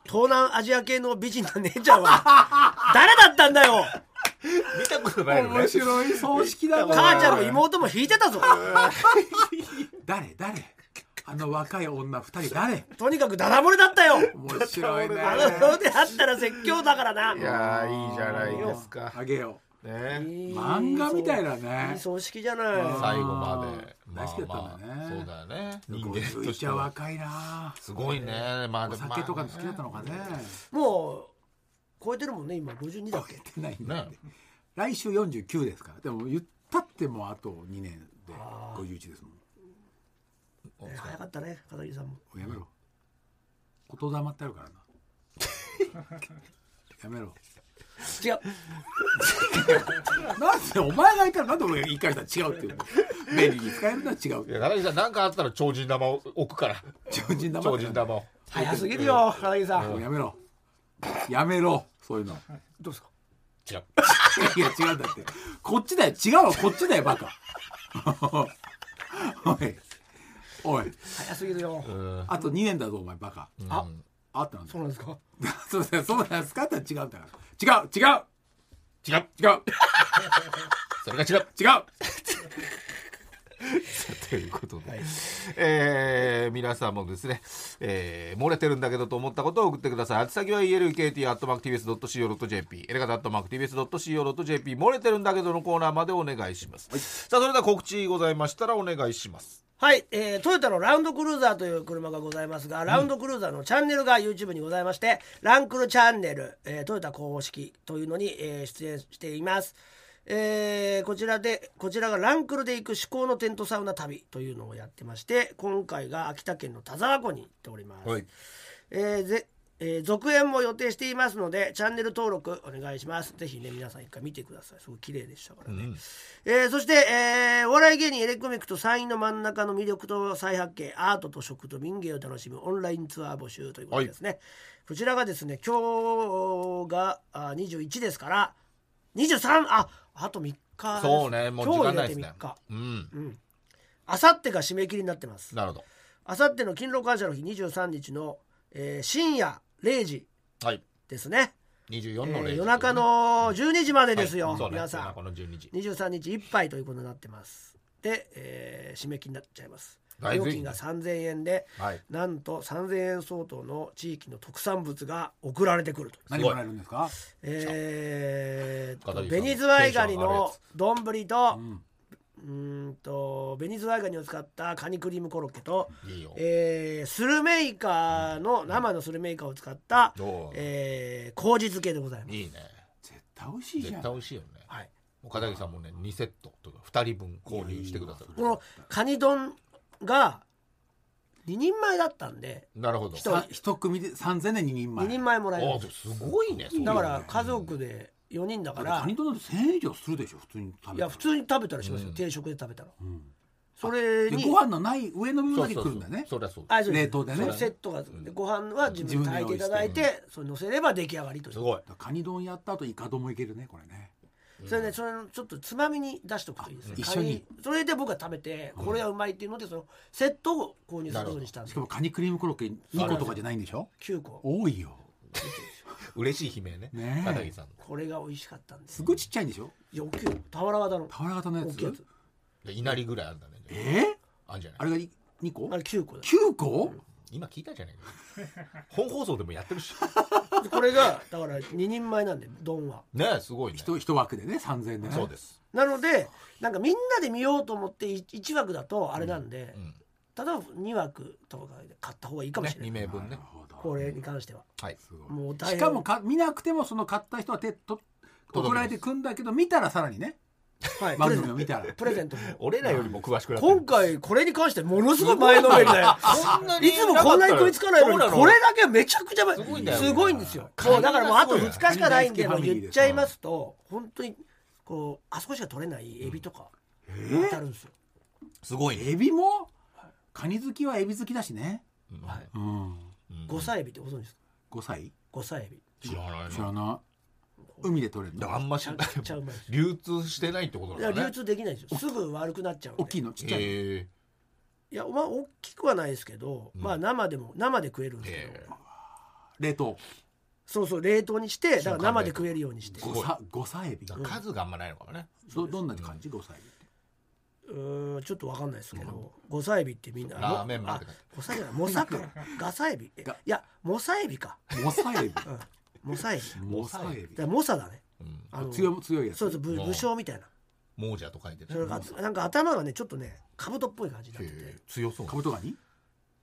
Speaker 2: 東南アジア系の美人な姉ちゃん は誰だったんだよ
Speaker 3: 見たことないのね
Speaker 4: 面白い葬式だな
Speaker 2: 母ちゃんも妹も引いてたぞ
Speaker 4: 誰誰あの若い女二人誰
Speaker 2: とにかくダダ漏れだったよ
Speaker 4: 面白いね
Speaker 2: あの腕あったら説教だからな。
Speaker 3: いやーいいじゃないですか
Speaker 4: あげよ
Speaker 3: ね
Speaker 4: う漫画みたいなね
Speaker 2: いい葬式じゃな
Speaker 3: 最後まで
Speaker 4: 大好きだったんだね
Speaker 3: まあまあそうだよね
Speaker 4: う
Speaker 3: 人間と
Speaker 4: 51
Speaker 3: して
Speaker 4: は
Speaker 3: は
Speaker 4: 若いな
Speaker 3: すごいねまあ
Speaker 4: お
Speaker 3: でも
Speaker 4: 酒とか好きだった
Speaker 3: ま
Speaker 4: のかね
Speaker 2: い。もう超えてるもんね今52だっけ。
Speaker 4: 出てないんだ
Speaker 3: あ
Speaker 4: よ
Speaker 3: ね
Speaker 4: ね来週49ですからでも言ったってもうあと2年で51ですもん
Speaker 2: え早かったね片桐さんも。
Speaker 4: やめろ言霊ってあるからな やめろ
Speaker 2: 違う。
Speaker 4: なんでお前がいたらなんで俺が言い返したら違うっていうの便利に使えるのは違うっ
Speaker 3: い
Speaker 4: て
Speaker 3: や高木さん何かあったら超人玉を置くから
Speaker 4: 超人
Speaker 3: 超
Speaker 4: 黙
Speaker 3: 人玉を
Speaker 2: 早すぎるよ片桐さん。
Speaker 4: もうやめろやめろそういうの
Speaker 2: どうですか。
Speaker 3: 違う
Speaker 4: いや違うんだってこっちだよ違うわこっちだよバカ おいおい
Speaker 2: 早すぎるよ。
Speaker 4: あと2年だぞお前バカ
Speaker 2: あ
Speaker 4: あってなんだ
Speaker 2: そうなんですか。
Speaker 4: そうだよそうだよ使ったら違うんだから違う違う
Speaker 3: 違う
Speaker 4: 違う
Speaker 3: それが違う
Speaker 4: 違う
Speaker 3: ということで、えー皆さんもですね、えー漏れてるんだけどと思ったことを送ってください。宛先は elkt.mactvs.co.jp、エレガタ .mactvs.co.jp、漏れてるんだけどのコーナーまでお願いします。さあ、それでは告知ございましたらお願いします。
Speaker 2: はい、えートヨタのラウンドクルーザーという車がございますが、ラウンドクルーザーのチャンネルが YouTube にございまして、ランクルチャンネル、えートヨタ公式というのに、えー出演しています。えーこちらでこちらがランクルで行く趣向のテントサウナ旅というのをやってまして今回が秋田県の田沢湖に行っております、
Speaker 3: はい
Speaker 2: えーぜえー続編も予定していますのでチャンネル登録お願いしますぜひね皆さん一回見てくださいすごい綺麗でしたからね、えーそして、えーお笑い芸人エレコミックと山陰の真ん中の魅力と再発見アートと食と民芸を楽しむオンラインツアー募集ということですね、こちらがですね今日があ21ですから23ああと3日です
Speaker 3: そうね、もう時
Speaker 2: 今
Speaker 3: 間
Speaker 2: 日入
Speaker 3: な
Speaker 2: れ
Speaker 3: い
Speaker 2: て
Speaker 3: ですね
Speaker 2: 3日。
Speaker 3: うん、
Speaker 2: あさってが締め切りになってます
Speaker 3: なるほ
Speaker 2: あさっての勤労感謝の日23日の、えー深夜0時
Speaker 3: ど。はい。
Speaker 2: ですね、
Speaker 3: 24
Speaker 2: え
Speaker 3: の0時、
Speaker 2: ー夜中の12時までですよ、
Speaker 3: はいそうね
Speaker 2: 皆さ
Speaker 3: 夜
Speaker 2: ん
Speaker 3: 中の12時。
Speaker 2: 23日いっぱいということになってますで、えー締め切りになっちゃいます
Speaker 3: 大
Speaker 2: 料
Speaker 3: 随意
Speaker 2: 金が3000円で、
Speaker 3: はい
Speaker 2: なんと3000円相当の地域の特産物が送られてくると、
Speaker 4: 何もらえるんですか
Speaker 2: えーっ
Speaker 3: 片
Speaker 2: と
Speaker 3: 桐さん
Speaker 2: ベニズワイガニ
Speaker 3: テンション上がる
Speaker 2: の
Speaker 3: や
Speaker 2: 丼と、うーんとベニズワイガニを使ったカニクリームコロッケと
Speaker 3: いいよ
Speaker 2: えースルメイカの生のスルメイカを使った、
Speaker 3: どう
Speaker 2: えー麹漬けでございます。
Speaker 3: いいね。
Speaker 4: 絶対美味しいじゃ
Speaker 3: 絶対
Speaker 4: ん
Speaker 3: 美味しいよね。
Speaker 2: はい、
Speaker 3: もう片桐さんもね、2セットとか2人分購入してくださ
Speaker 2: このカニ丼が2人前だったんで
Speaker 3: い。なるほど。
Speaker 2: 人
Speaker 4: 一組で3000円2人前
Speaker 2: 2人前もらえ
Speaker 3: あ
Speaker 2: るん
Speaker 3: あ
Speaker 2: です
Speaker 3: すごいねそれ
Speaker 2: だから家族で4人だか
Speaker 4: カ
Speaker 2: ら
Speaker 4: ニとなんて1000円以上するでしょ普通に食べ
Speaker 2: い
Speaker 4: た
Speaker 2: や
Speaker 4: ら
Speaker 2: 普通に食べたらしますよ、定食で食べたら、それ
Speaker 4: で
Speaker 2: に
Speaker 4: ご飯のない上の部分だけ来るんだね
Speaker 3: そうだそうだ
Speaker 2: あそうです
Speaker 4: 冷凍でね
Speaker 2: そのセットがでご飯は自分で炊いていただいてそれ乗せれば出来上がりという
Speaker 3: すごい
Speaker 4: カニ丼やった後イカ丼もいけるねこれね
Speaker 2: それね、それのちょっとつまみに出しておくといいですね。
Speaker 4: 一緒に
Speaker 2: カニそれで僕が食べて、これはうまいっていうので、そのセットを購入することにしたんで
Speaker 4: しか、もカニクリームコロッケ2個とかじゃないんでしょ
Speaker 2: 9個。
Speaker 4: 多いよ
Speaker 3: 嬉しい悲鳴ね
Speaker 4: ねえ
Speaker 3: 片桐さんの
Speaker 2: これが美味しかったんです
Speaker 4: す
Speaker 2: よ。
Speaker 4: ごいちっちゃいんでしょ
Speaker 2: いや、大きいよ。俵型の。
Speaker 4: 俵型のや
Speaker 2: 大
Speaker 4: つ
Speaker 2: きいやつ。
Speaker 3: で稲荷ぐらいあるんだね
Speaker 4: えー、
Speaker 3: あんじゃな
Speaker 4: あ
Speaker 3: い
Speaker 4: れが2個
Speaker 2: あれ9個だ。
Speaker 4: 9個
Speaker 3: 今聞いたじゃないか本放送でもやってるし
Speaker 2: でこれが、だから2人前なんで、丼は。
Speaker 3: ねえすごいね
Speaker 4: 一一枠でね3000円でね
Speaker 3: そうです
Speaker 2: なので、なんかみんなで見ようと思って、1枠だとあれなんで、
Speaker 3: ん
Speaker 2: 例えば2枠とかで買った方がいいかも
Speaker 3: ね
Speaker 2: しれ
Speaker 3: 2
Speaker 2: ない。
Speaker 3: 名分ね
Speaker 2: これに関しては。
Speaker 3: はい
Speaker 2: もう大
Speaker 4: し
Speaker 2: 変
Speaker 4: かもか見なくてもその買った人は手と
Speaker 3: 届きます
Speaker 4: 送られてくんだけど見たらさらにね
Speaker 2: はい
Speaker 4: 番組を見たら
Speaker 2: プレゼントも。
Speaker 3: 俺らよりも詳しくなってる
Speaker 2: 今回これに関してものすごい前のめり だよいつもこんなに食いつかないの
Speaker 3: そうな
Speaker 2: に
Speaker 3: の
Speaker 2: これだけめちゃくちゃ前
Speaker 3: すごいんだよ
Speaker 2: すごいんですよ
Speaker 3: カニ
Speaker 2: も
Speaker 3: が
Speaker 2: うだからもうあと
Speaker 3: すごいよ
Speaker 2: 2日しかないんで
Speaker 4: カニ大好きファミリーです
Speaker 2: 言っちゃいますと本当にこうあそこしか取れないエビとか当たるんですよ
Speaker 3: すごいね
Speaker 4: エビもカニ好きはエビ好きだしね
Speaker 3: はい
Speaker 4: うん
Speaker 2: 五歳エビってご存知ですか
Speaker 4: 5歳
Speaker 2: 五歳エビ
Speaker 3: 知らない
Speaker 4: 知
Speaker 3: な
Speaker 4: らない海で取れる
Speaker 3: でもあ
Speaker 4: の
Speaker 3: んま
Speaker 2: ち
Speaker 3: し
Speaker 2: ゃくちゃうまいです
Speaker 3: 流通してないってこと
Speaker 2: いや
Speaker 3: だね
Speaker 2: 流通できないんですよすぐ悪くなっちゃうんで
Speaker 4: 大きいのちっちゃいの
Speaker 3: へえ
Speaker 2: いやまあ大きくはないですけどまあ生でも生で食えるんですけ
Speaker 3: え
Speaker 2: ど
Speaker 4: 冷凍
Speaker 2: そうそう冷凍にしてだから生で食えるようにして
Speaker 3: ごい
Speaker 4: 5歳エビ
Speaker 3: だから数があんまないのかもね
Speaker 4: どどんな感じ5歳エビって
Speaker 2: うーんちょっとわかんないですけど、五歳エビってみんな
Speaker 3: ラーメンマン
Speaker 2: あ
Speaker 3: って書いて
Speaker 2: 五歳エビはモサかガサエビえい
Speaker 4: が
Speaker 2: やモサエビか、
Speaker 4: モサ エビ
Speaker 2: うん、モサエビ
Speaker 4: モサエビ
Speaker 2: だからモサだね
Speaker 3: うん
Speaker 2: あの
Speaker 4: 強い強いやつ
Speaker 2: そうです武
Speaker 3: もう
Speaker 2: 武将みたいな
Speaker 3: 亡者と書いて
Speaker 2: それ
Speaker 3: る。
Speaker 2: がなんか頭がねちょっとね兜っぽい感じになって
Speaker 3: へ
Speaker 2: て
Speaker 3: え強そう
Speaker 4: カ。ブトガニ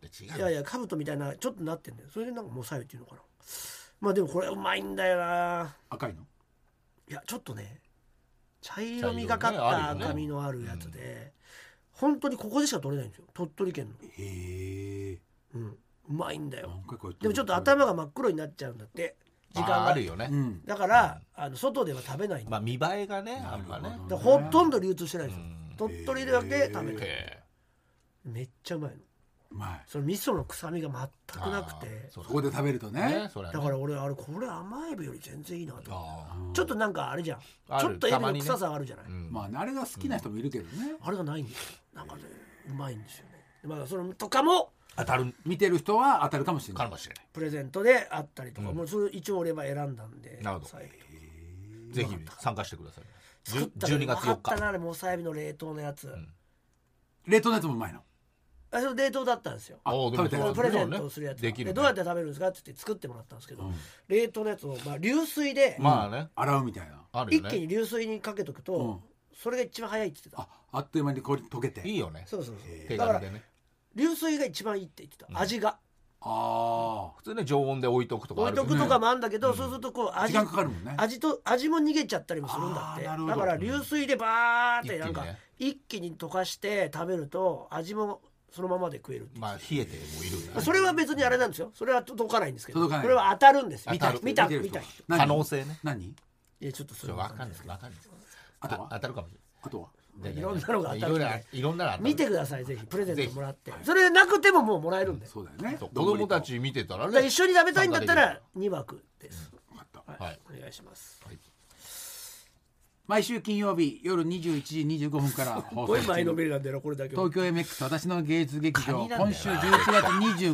Speaker 3: 違
Speaker 2: いや
Speaker 3: う。
Speaker 2: いや兜みたいなちょっとなってんだよそれでなんかモサエビっていうのかなまあでもこれうまいんだよな
Speaker 4: 赤いの
Speaker 2: いやちょっとね茶色みがかっ
Speaker 3: 茶色ねある
Speaker 2: た
Speaker 3: よね
Speaker 2: 赤みのあるやつで、本当にここでしか取れないんですよ鳥取県の、
Speaker 4: へえ
Speaker 2: うん、うまいんだよ
Speaker 4: 何回こうやって
Speaker 2: でもちょっと頭が真っ黒になっちゃうんだって時間
Speaker 3: あ
Speaker 2: が
Speaker 3: あるよね
Speaker 4: う。ん
Speaker 2: だから、あの外では食べないんだ
Speaker 3: まあ見栄えがね、あんま
Speaker 4: なる
Speaker 3: ね
Speaker 2: だ
Speaker 4: ほ。
Speaker 2: からほとんど流通してないんですよ
Speaker 3: うん
Speaker 2: 鳥取だけ食べてる
Speaker 3: へえ
Speaker 2: めっちゃうまいの
Speaker 4: うまい
Speaker 2: その味噌の臭みが全くなく
Speaker 3: ああ
Speaker 2: て
Speaker 3: そう
Speaker 4: そこで食べるとね
Speaker 3: ね、それ
Speaker 2: だから俺あれこれ甘エビより全然いいなと
Speaker 3: あ
Speaker 2: ちょっとなんかあれじゃん
Speaker 3: あ
Speaker 2: ち
Speaker 3: る
Speaker 2: ょっとエビ
Speaker 3: たま
Speaker 2: の
Speaker 3: にね
Speaker 2: 臭さがあるじゃない、
Speaker 3: あ。うん
Speaker 4: まああれが好きな人もいるけどね
Speaker 2: あれがないんですよなんかねうまいんですよねでまあそのとかも
Speaker 3: 当たる
Speaker 4: 見てる人は当たるかもしれな
Speaker 3: か
Speaker 4: い
Speaker 3: もしれない。
Speaker 2: プレゼントであったりとか、
Speaker 3: うん
Speaker 2: もうそれ一応俺は選んだんで
Speaker 3: なるほど
Speaker 2: 最後
Speaker 3: ぜひ参加してください。
Speaker 2: 作った
Speaker 3: じゅ
Speaker 2: ら
Speaker 3: 12月4
Speaker 2: 分かった
Speaker 3: 日。
Speaker 2: なあれモサエビの冷凍のやつ、
Speaker 3: ん
Speaker 4: 冷凍のやつもうまいの
Speaker 2: あそれ冷凍だったんですよ
Speaker 3: ああでも
Speaker 4: 食べてる
Speaker 3: そう
Speaker 2: プレゼントを
Speaker 3: ね
Speaker 2: するやつ
Speaker 3: できるね。
Speaker 2: どうやって食べるんですかって言って作ってもらったんですけど、
Speaker 4: うん
Speaker 2: 冷凍のやつを、まあ、流水で、
Speaker 3: まあね、
Speaker 4: 洗うみたいな
Speaker 3: ある
Speaker 2: 一
Speaker 3: よ
Speaker 2: 気に
Speaker 3: ね。
Speaker 2: 流水にかけとくと、
Speaker 4: うん
Speaker 2: それが一番早いって言ってた
Speaker 4: ああっという間にこれ溶けて
Speaker 3: いいよね。
Speaker 2: そうそうそ
Speaker 3: 手
Speaker 2: うだか
Speaker 3: 軽
Speaker 2: ら
Speaker 3: でね。
Speaker 2: 流水が一番いいって言ってた、味が
Speaker 4: あ
Speaker 3: 普通ね常温で置いとくとかあ
Speaker 2: 置い
Speaker 3: るけ
Speaker 2: と
Speaker 3: ど
Speaker 2: くとかもあるんだけど、そうするとこう
Speaker 4: あ
Speaker 2: 味
Speaker 4: 時間かかるもんね
Speaker 2: 味と味も逃げちゃったりもするんだって
Speaker 4: あーなるほど
Speaker 2: だから流水でバーって
Speaker 3: うん
Speaker 2: なんか一気に溶かして食べると味もそのままで食えるっていう
Speaker 3: まあ冷えてもいるんだね
Speaker 2: それは別にあれなんですよそれは届かないんですけど
Speaker 4: 届かない
Speaker 2: これは当たるんですよ
Speaker 3: 当たる
Speaker 2: 見た
Speaker 4: 見てる
Speaker 2: 見
Speaker 4: 人
Speaker 2: た
Speaker 4: は
Speaker 2: 人
Speaker 4: 何
Speaker 3: 可能性ね。
Speaker 4: 何
Speaker 2: いやちょっとそ
Speaker 3: そ
Speaker 2: れ
Speaker 3: れ
Speaker 2: は
Speaker 3: わ
Speaker 2: 分
Speaker 3: か
Speaker 2: かん
Speaker 3: んない
Speaker 2: な
Speaker 3: です。わかんないです。
Speaker 4: あとは
Speaker 3: 当たるかもしれない。
Speaker 4: あとは
Speaker 3: で
Speaker 2: いろんなのが当た
Speaker 3: いろ
Speaker 2: る
Speaker 3: いろあいろんなの当たる
Speaker 2: 見てくださいぜひプレゼン
Speaker 3: ぜ
Speaker 2: ト
Speaker 3: ひ
Speaker 2: もらってそれなくてももうもらえるんで、
Speaker 4: そうだよね
Speaker 3: そう子供たち見てたら
Speaker 2: だから
Speaker 3: ね
Speaker 2: 一緒に食べたいんだったら2枠です、
Speaker 4: よかった
Speaker 2: は
Speaker 3: はいい、
Speaker 2: お願いします
Speaker 4: 毎週金曜日夜21時25分から放
Speaker 2: すご
Speaker 4: 送
Speaker 2: い前の
Speaker 4: 中
Speaker 2: めりなんだよなこれだけは
Speaker 4: 東京 MX 私の芸術劇場
Speaker 3: カニなんだよ
Speaker 4: 今
Speaker 3: な
Speaker 4: 週11月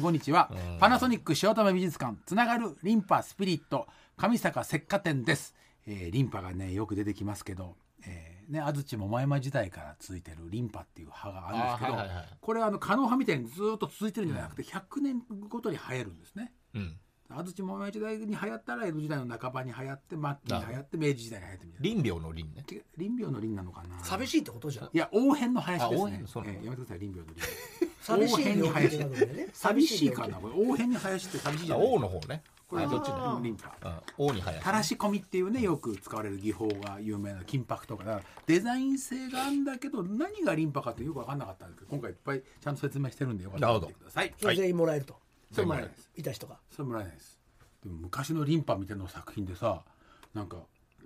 Speaker 4: 25日はパナソニック塩玉美術館つながるリンパスピリット上坂石化展です、えーリンパがねよく出てきますけど、えーね安土桃山時代から続いてるリンパっていう歯があるんですけど、
Speaker 3: あーはいはいはい
Speaker 4: これはあの狩野歯みたいにずっと続いてるんじゃなくて100年ごとに生えるんですね
Speaker 3: うん。
Speaker 4: 安土桃山時代に流行ったら江戸時代の半ばに流行って末期に流行って明治時代に流行ってみたいな
Speaker 3: 林病の林ね。
Speaker 4: 違う林病の林なのかな
Speaker 2: 寂しいってことじゃん
Speaker 4: いや、応変の林です
Speaker 3: あ応
Speaker 4: ね
Speaker 3: 変。そう
Speaker 4: え
Speaker 3: なの
Speaker 4: えやめてください、林病
Speaker 2: 寂しい
Speaker 4: の林。応変の
Speaker 2: 病気
Speaker 4: 林
Speaker 2: な。のでね
Speaker 4: 寂しいか
Speaker 2: 病
Speaker 4: な、これ、応変の林って寂しいじゃない。
Speaker 3: 王の方ね。
Speaker 4: これ、
Speaker 3: あ
Speaker 4: ど
Speaker 3: ど
Speaker 4: っ
Speaker 3: っ
Speaker 4: ち
Speaker 3: ち
Speaker 4: だ
Speaker 3: だ。
Speaker 4: 林
Speaker 3: う
Speaker 4: パ。
Speaker 3: ん王に早い。
Speaker 4: 垂らし込みっていうね、よく使われる技法が有名な金箔とかだ。デザイン性があるんだけど、何がリンパかってよく分かんなかったんですけど、今回いっぱいちゃんと説明してるんで、よかったら見てください。
Speaker 2: 気それ全員もらえると、
Speaker 4: それもらえないです。
Speaker 2: い、た人が
Speaker 4: それもらえないです。でも、昔のリンパみたいな作品でさ、なんか、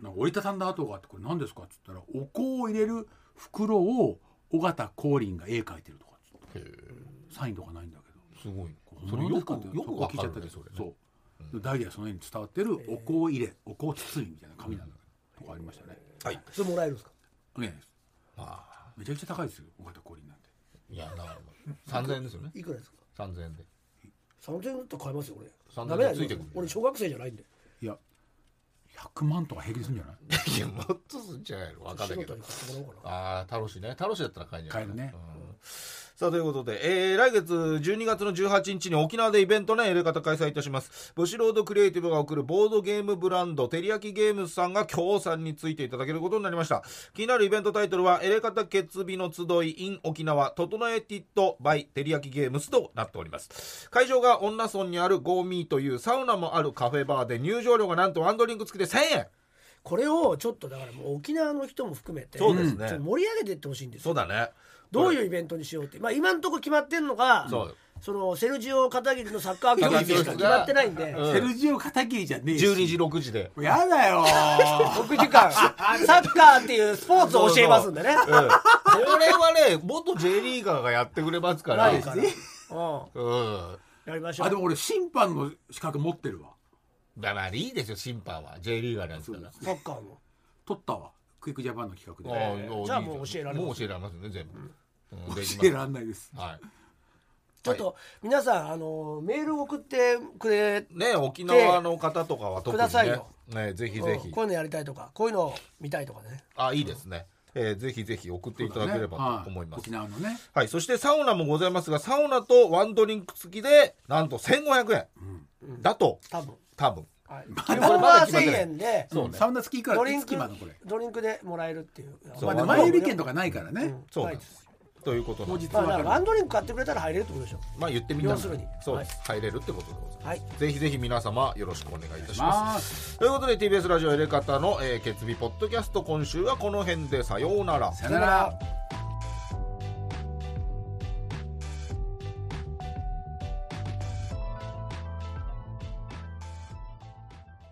Speaker 4: なんか折りたたんだ跡があって、これ何ですかって言ったら、お香を入れる袋を、尾形光琳が絵描いてるとかっつって。
Speaker 3: へえ
Speaker 4: サインとかないんだけど。
Speaker 3: すごい。そ
Speaker 4: そ
Speaker 3: れ
Speaker 4: れ
Speaker 3: よ
Speaker 4: よく
Speaker 3: くよ
Speaker 4: よ
Speaker 3: く
Speaker 4: く
Speaker 3: わ
Speaker 4: わ
Speaker 3: か
Speaker 4: か
Speaker 3: る
Speaker 4: る
Speaker 3: ね
Speaker 4: ね
Speaker 3: それね。
Speaker 4: そう、ダイヤその絵に伝わってるお香入れ、お香包みみたいな紙なんだけど、とかありましたね。
Speaker 3: はい。
Speaker 2: それもらえるんですか
Speaker 4: お願いです。
Speaker 3: まあ
Speaker 4: めちゃくちゃ高いですよ、尾形氷なんて。
Speaker 3: いやな三千円ですよね。
Speaker 2: いくらですか
Speaker 3: 三千円で。
Speaker 2: 三千円だったら買えますよ俺
Speaker 3: 3000
Speaker 2: ダメだよ
Speaker 3: ついてくる
Speaker 2: 俺小学生じゃないんで
Speaker 4: いや、100万とか平気するんじゃない
Speaker 3: いやもっとすんじゃないの。わかん
Speaker 2: 仕
Speaker 3: ないけど
Speaker 2: 事に。買ってもらおうかな
Speaker 3: ああ、楽しいね。楽しいだったら買えんじゃない
Speaker 4: 買えるね。
Speaker 3: さあということで、えー来月12月の18日に沖縄でイベントね、エレカタ開催いたします。ブシロードクリエイティブが送るボードゲームブランド、テリヤキゲームズさんが協賛についていただけることになりました。気になるイベントタイトルは、エレカタ決日の集い in 沖縄、トトナエティット by テリヤキゲームズとなっております。会場が女村にあるゴーミーというサウナもあるカフェバーで入場料がなんとワンドリンク付きで1000円
Speaker 2: これをちょっとだからもう沖縄の人も含めて
Speaker 3: そうですね
Speaker 2: ちょっと盛り上げていってほしいんですよ
Speaker 3: うだね。
Speaker 2: どういうイベントにしようってまあ今のところ決まってんのが
Speaker 3: そう
Speaker 2: そのセルジオ片桐のサッカー教室しか決まってないんで
Speaker 3: うん
Speaker 4: セルジオ片桐じゃねえし。
Speaker 3: 12時、6時で。
Speaker 4: やだよー
Speaker 2: 6 時間サッカーっていうスポーツを教えますんでね
Speaker 3: うん、これはね元 J リーガーがやってくれますから
Speaker 2: ないからうん
Speaker 3: うん
Speaker 2: やりましょ
Speaker 4: あ、で
Speaker 2: う
Speaker 4: も俺、審判の資格持ってるわ。
Speaker 3: だからいいですよ審判は J リーガーなんですから
Speaker 2: サッカーも
Speaker 4: 取ったわ。クイックジャパンの企画
Speaker 3: ああ
Speaker 4: で。
Speaker 3: いい
Speaker 2: じゃあもう教えられます
Speaker 3: もう教えられますよね全部、うんできます
Speaker 4: 教えらんないです。
Speaker 3: はい
Speaker 2: ちょっと皆さんあのメール送ってくれ
Speaker 3: ね沖縄の方とかは特に
Speaker 2: くださいよ
Speaker 3: ねねぜひぜひ
Speaker 2: こういうのやりたいとかこういうの見たいとかね
Speaker 3: あいいですねえーぜひぜひ送っていただければと思います、
Speaker 4: 沖縄のね
Speaker 3: はい、そしてサウナもございますがサウナとワンドリンク付きでなんと1500円、だと
Speaker 2: 多分
Speaker 3: 多分
Speaker 2: はい、
Speaker 4: だ
Speaker 2: これは1000円で
Speaker 3: そうね
Speaker 4: サウナ付きいく
Speaker 2: ド
Speaker 4: ら
Speaker 2: リン
Speaker 4: 月
Speaker 2: ク
Speaker 4: まのこれ
Speaker 2: ドリンクでもらえるっていう
Speaker 3: そう
Speaker 4: まあ、前売り券とかないからね、
Speaker 3: そう
Speaker 2: な
Speaker 3: ないん
Speaker 2: で
Speaker 3: ですすということなんで
Speaker 4: 当日
Speaker 2: まあだからワンドリンク買ってくれたら入れるってことでしょ
Speaker 3: まあ言ってみたら
Speaker 2: 要するに
Speaker 3: そうです、入れるってことでございます、
Speaker 2: はい
Speaker 3: ぜひぜひ皆様よろしくお願いいたします
Speaker 4: まあ
Speaker 3: ということで TBS ラジオエレカタの、えー、決日ポッドキャスト今週はこの辺でさようなら
Speaker 4: さよなら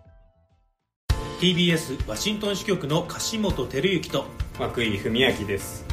Speaker 5: 「TBS ワシントン支局の樫本照之と
Speaker 6: 涌井文明です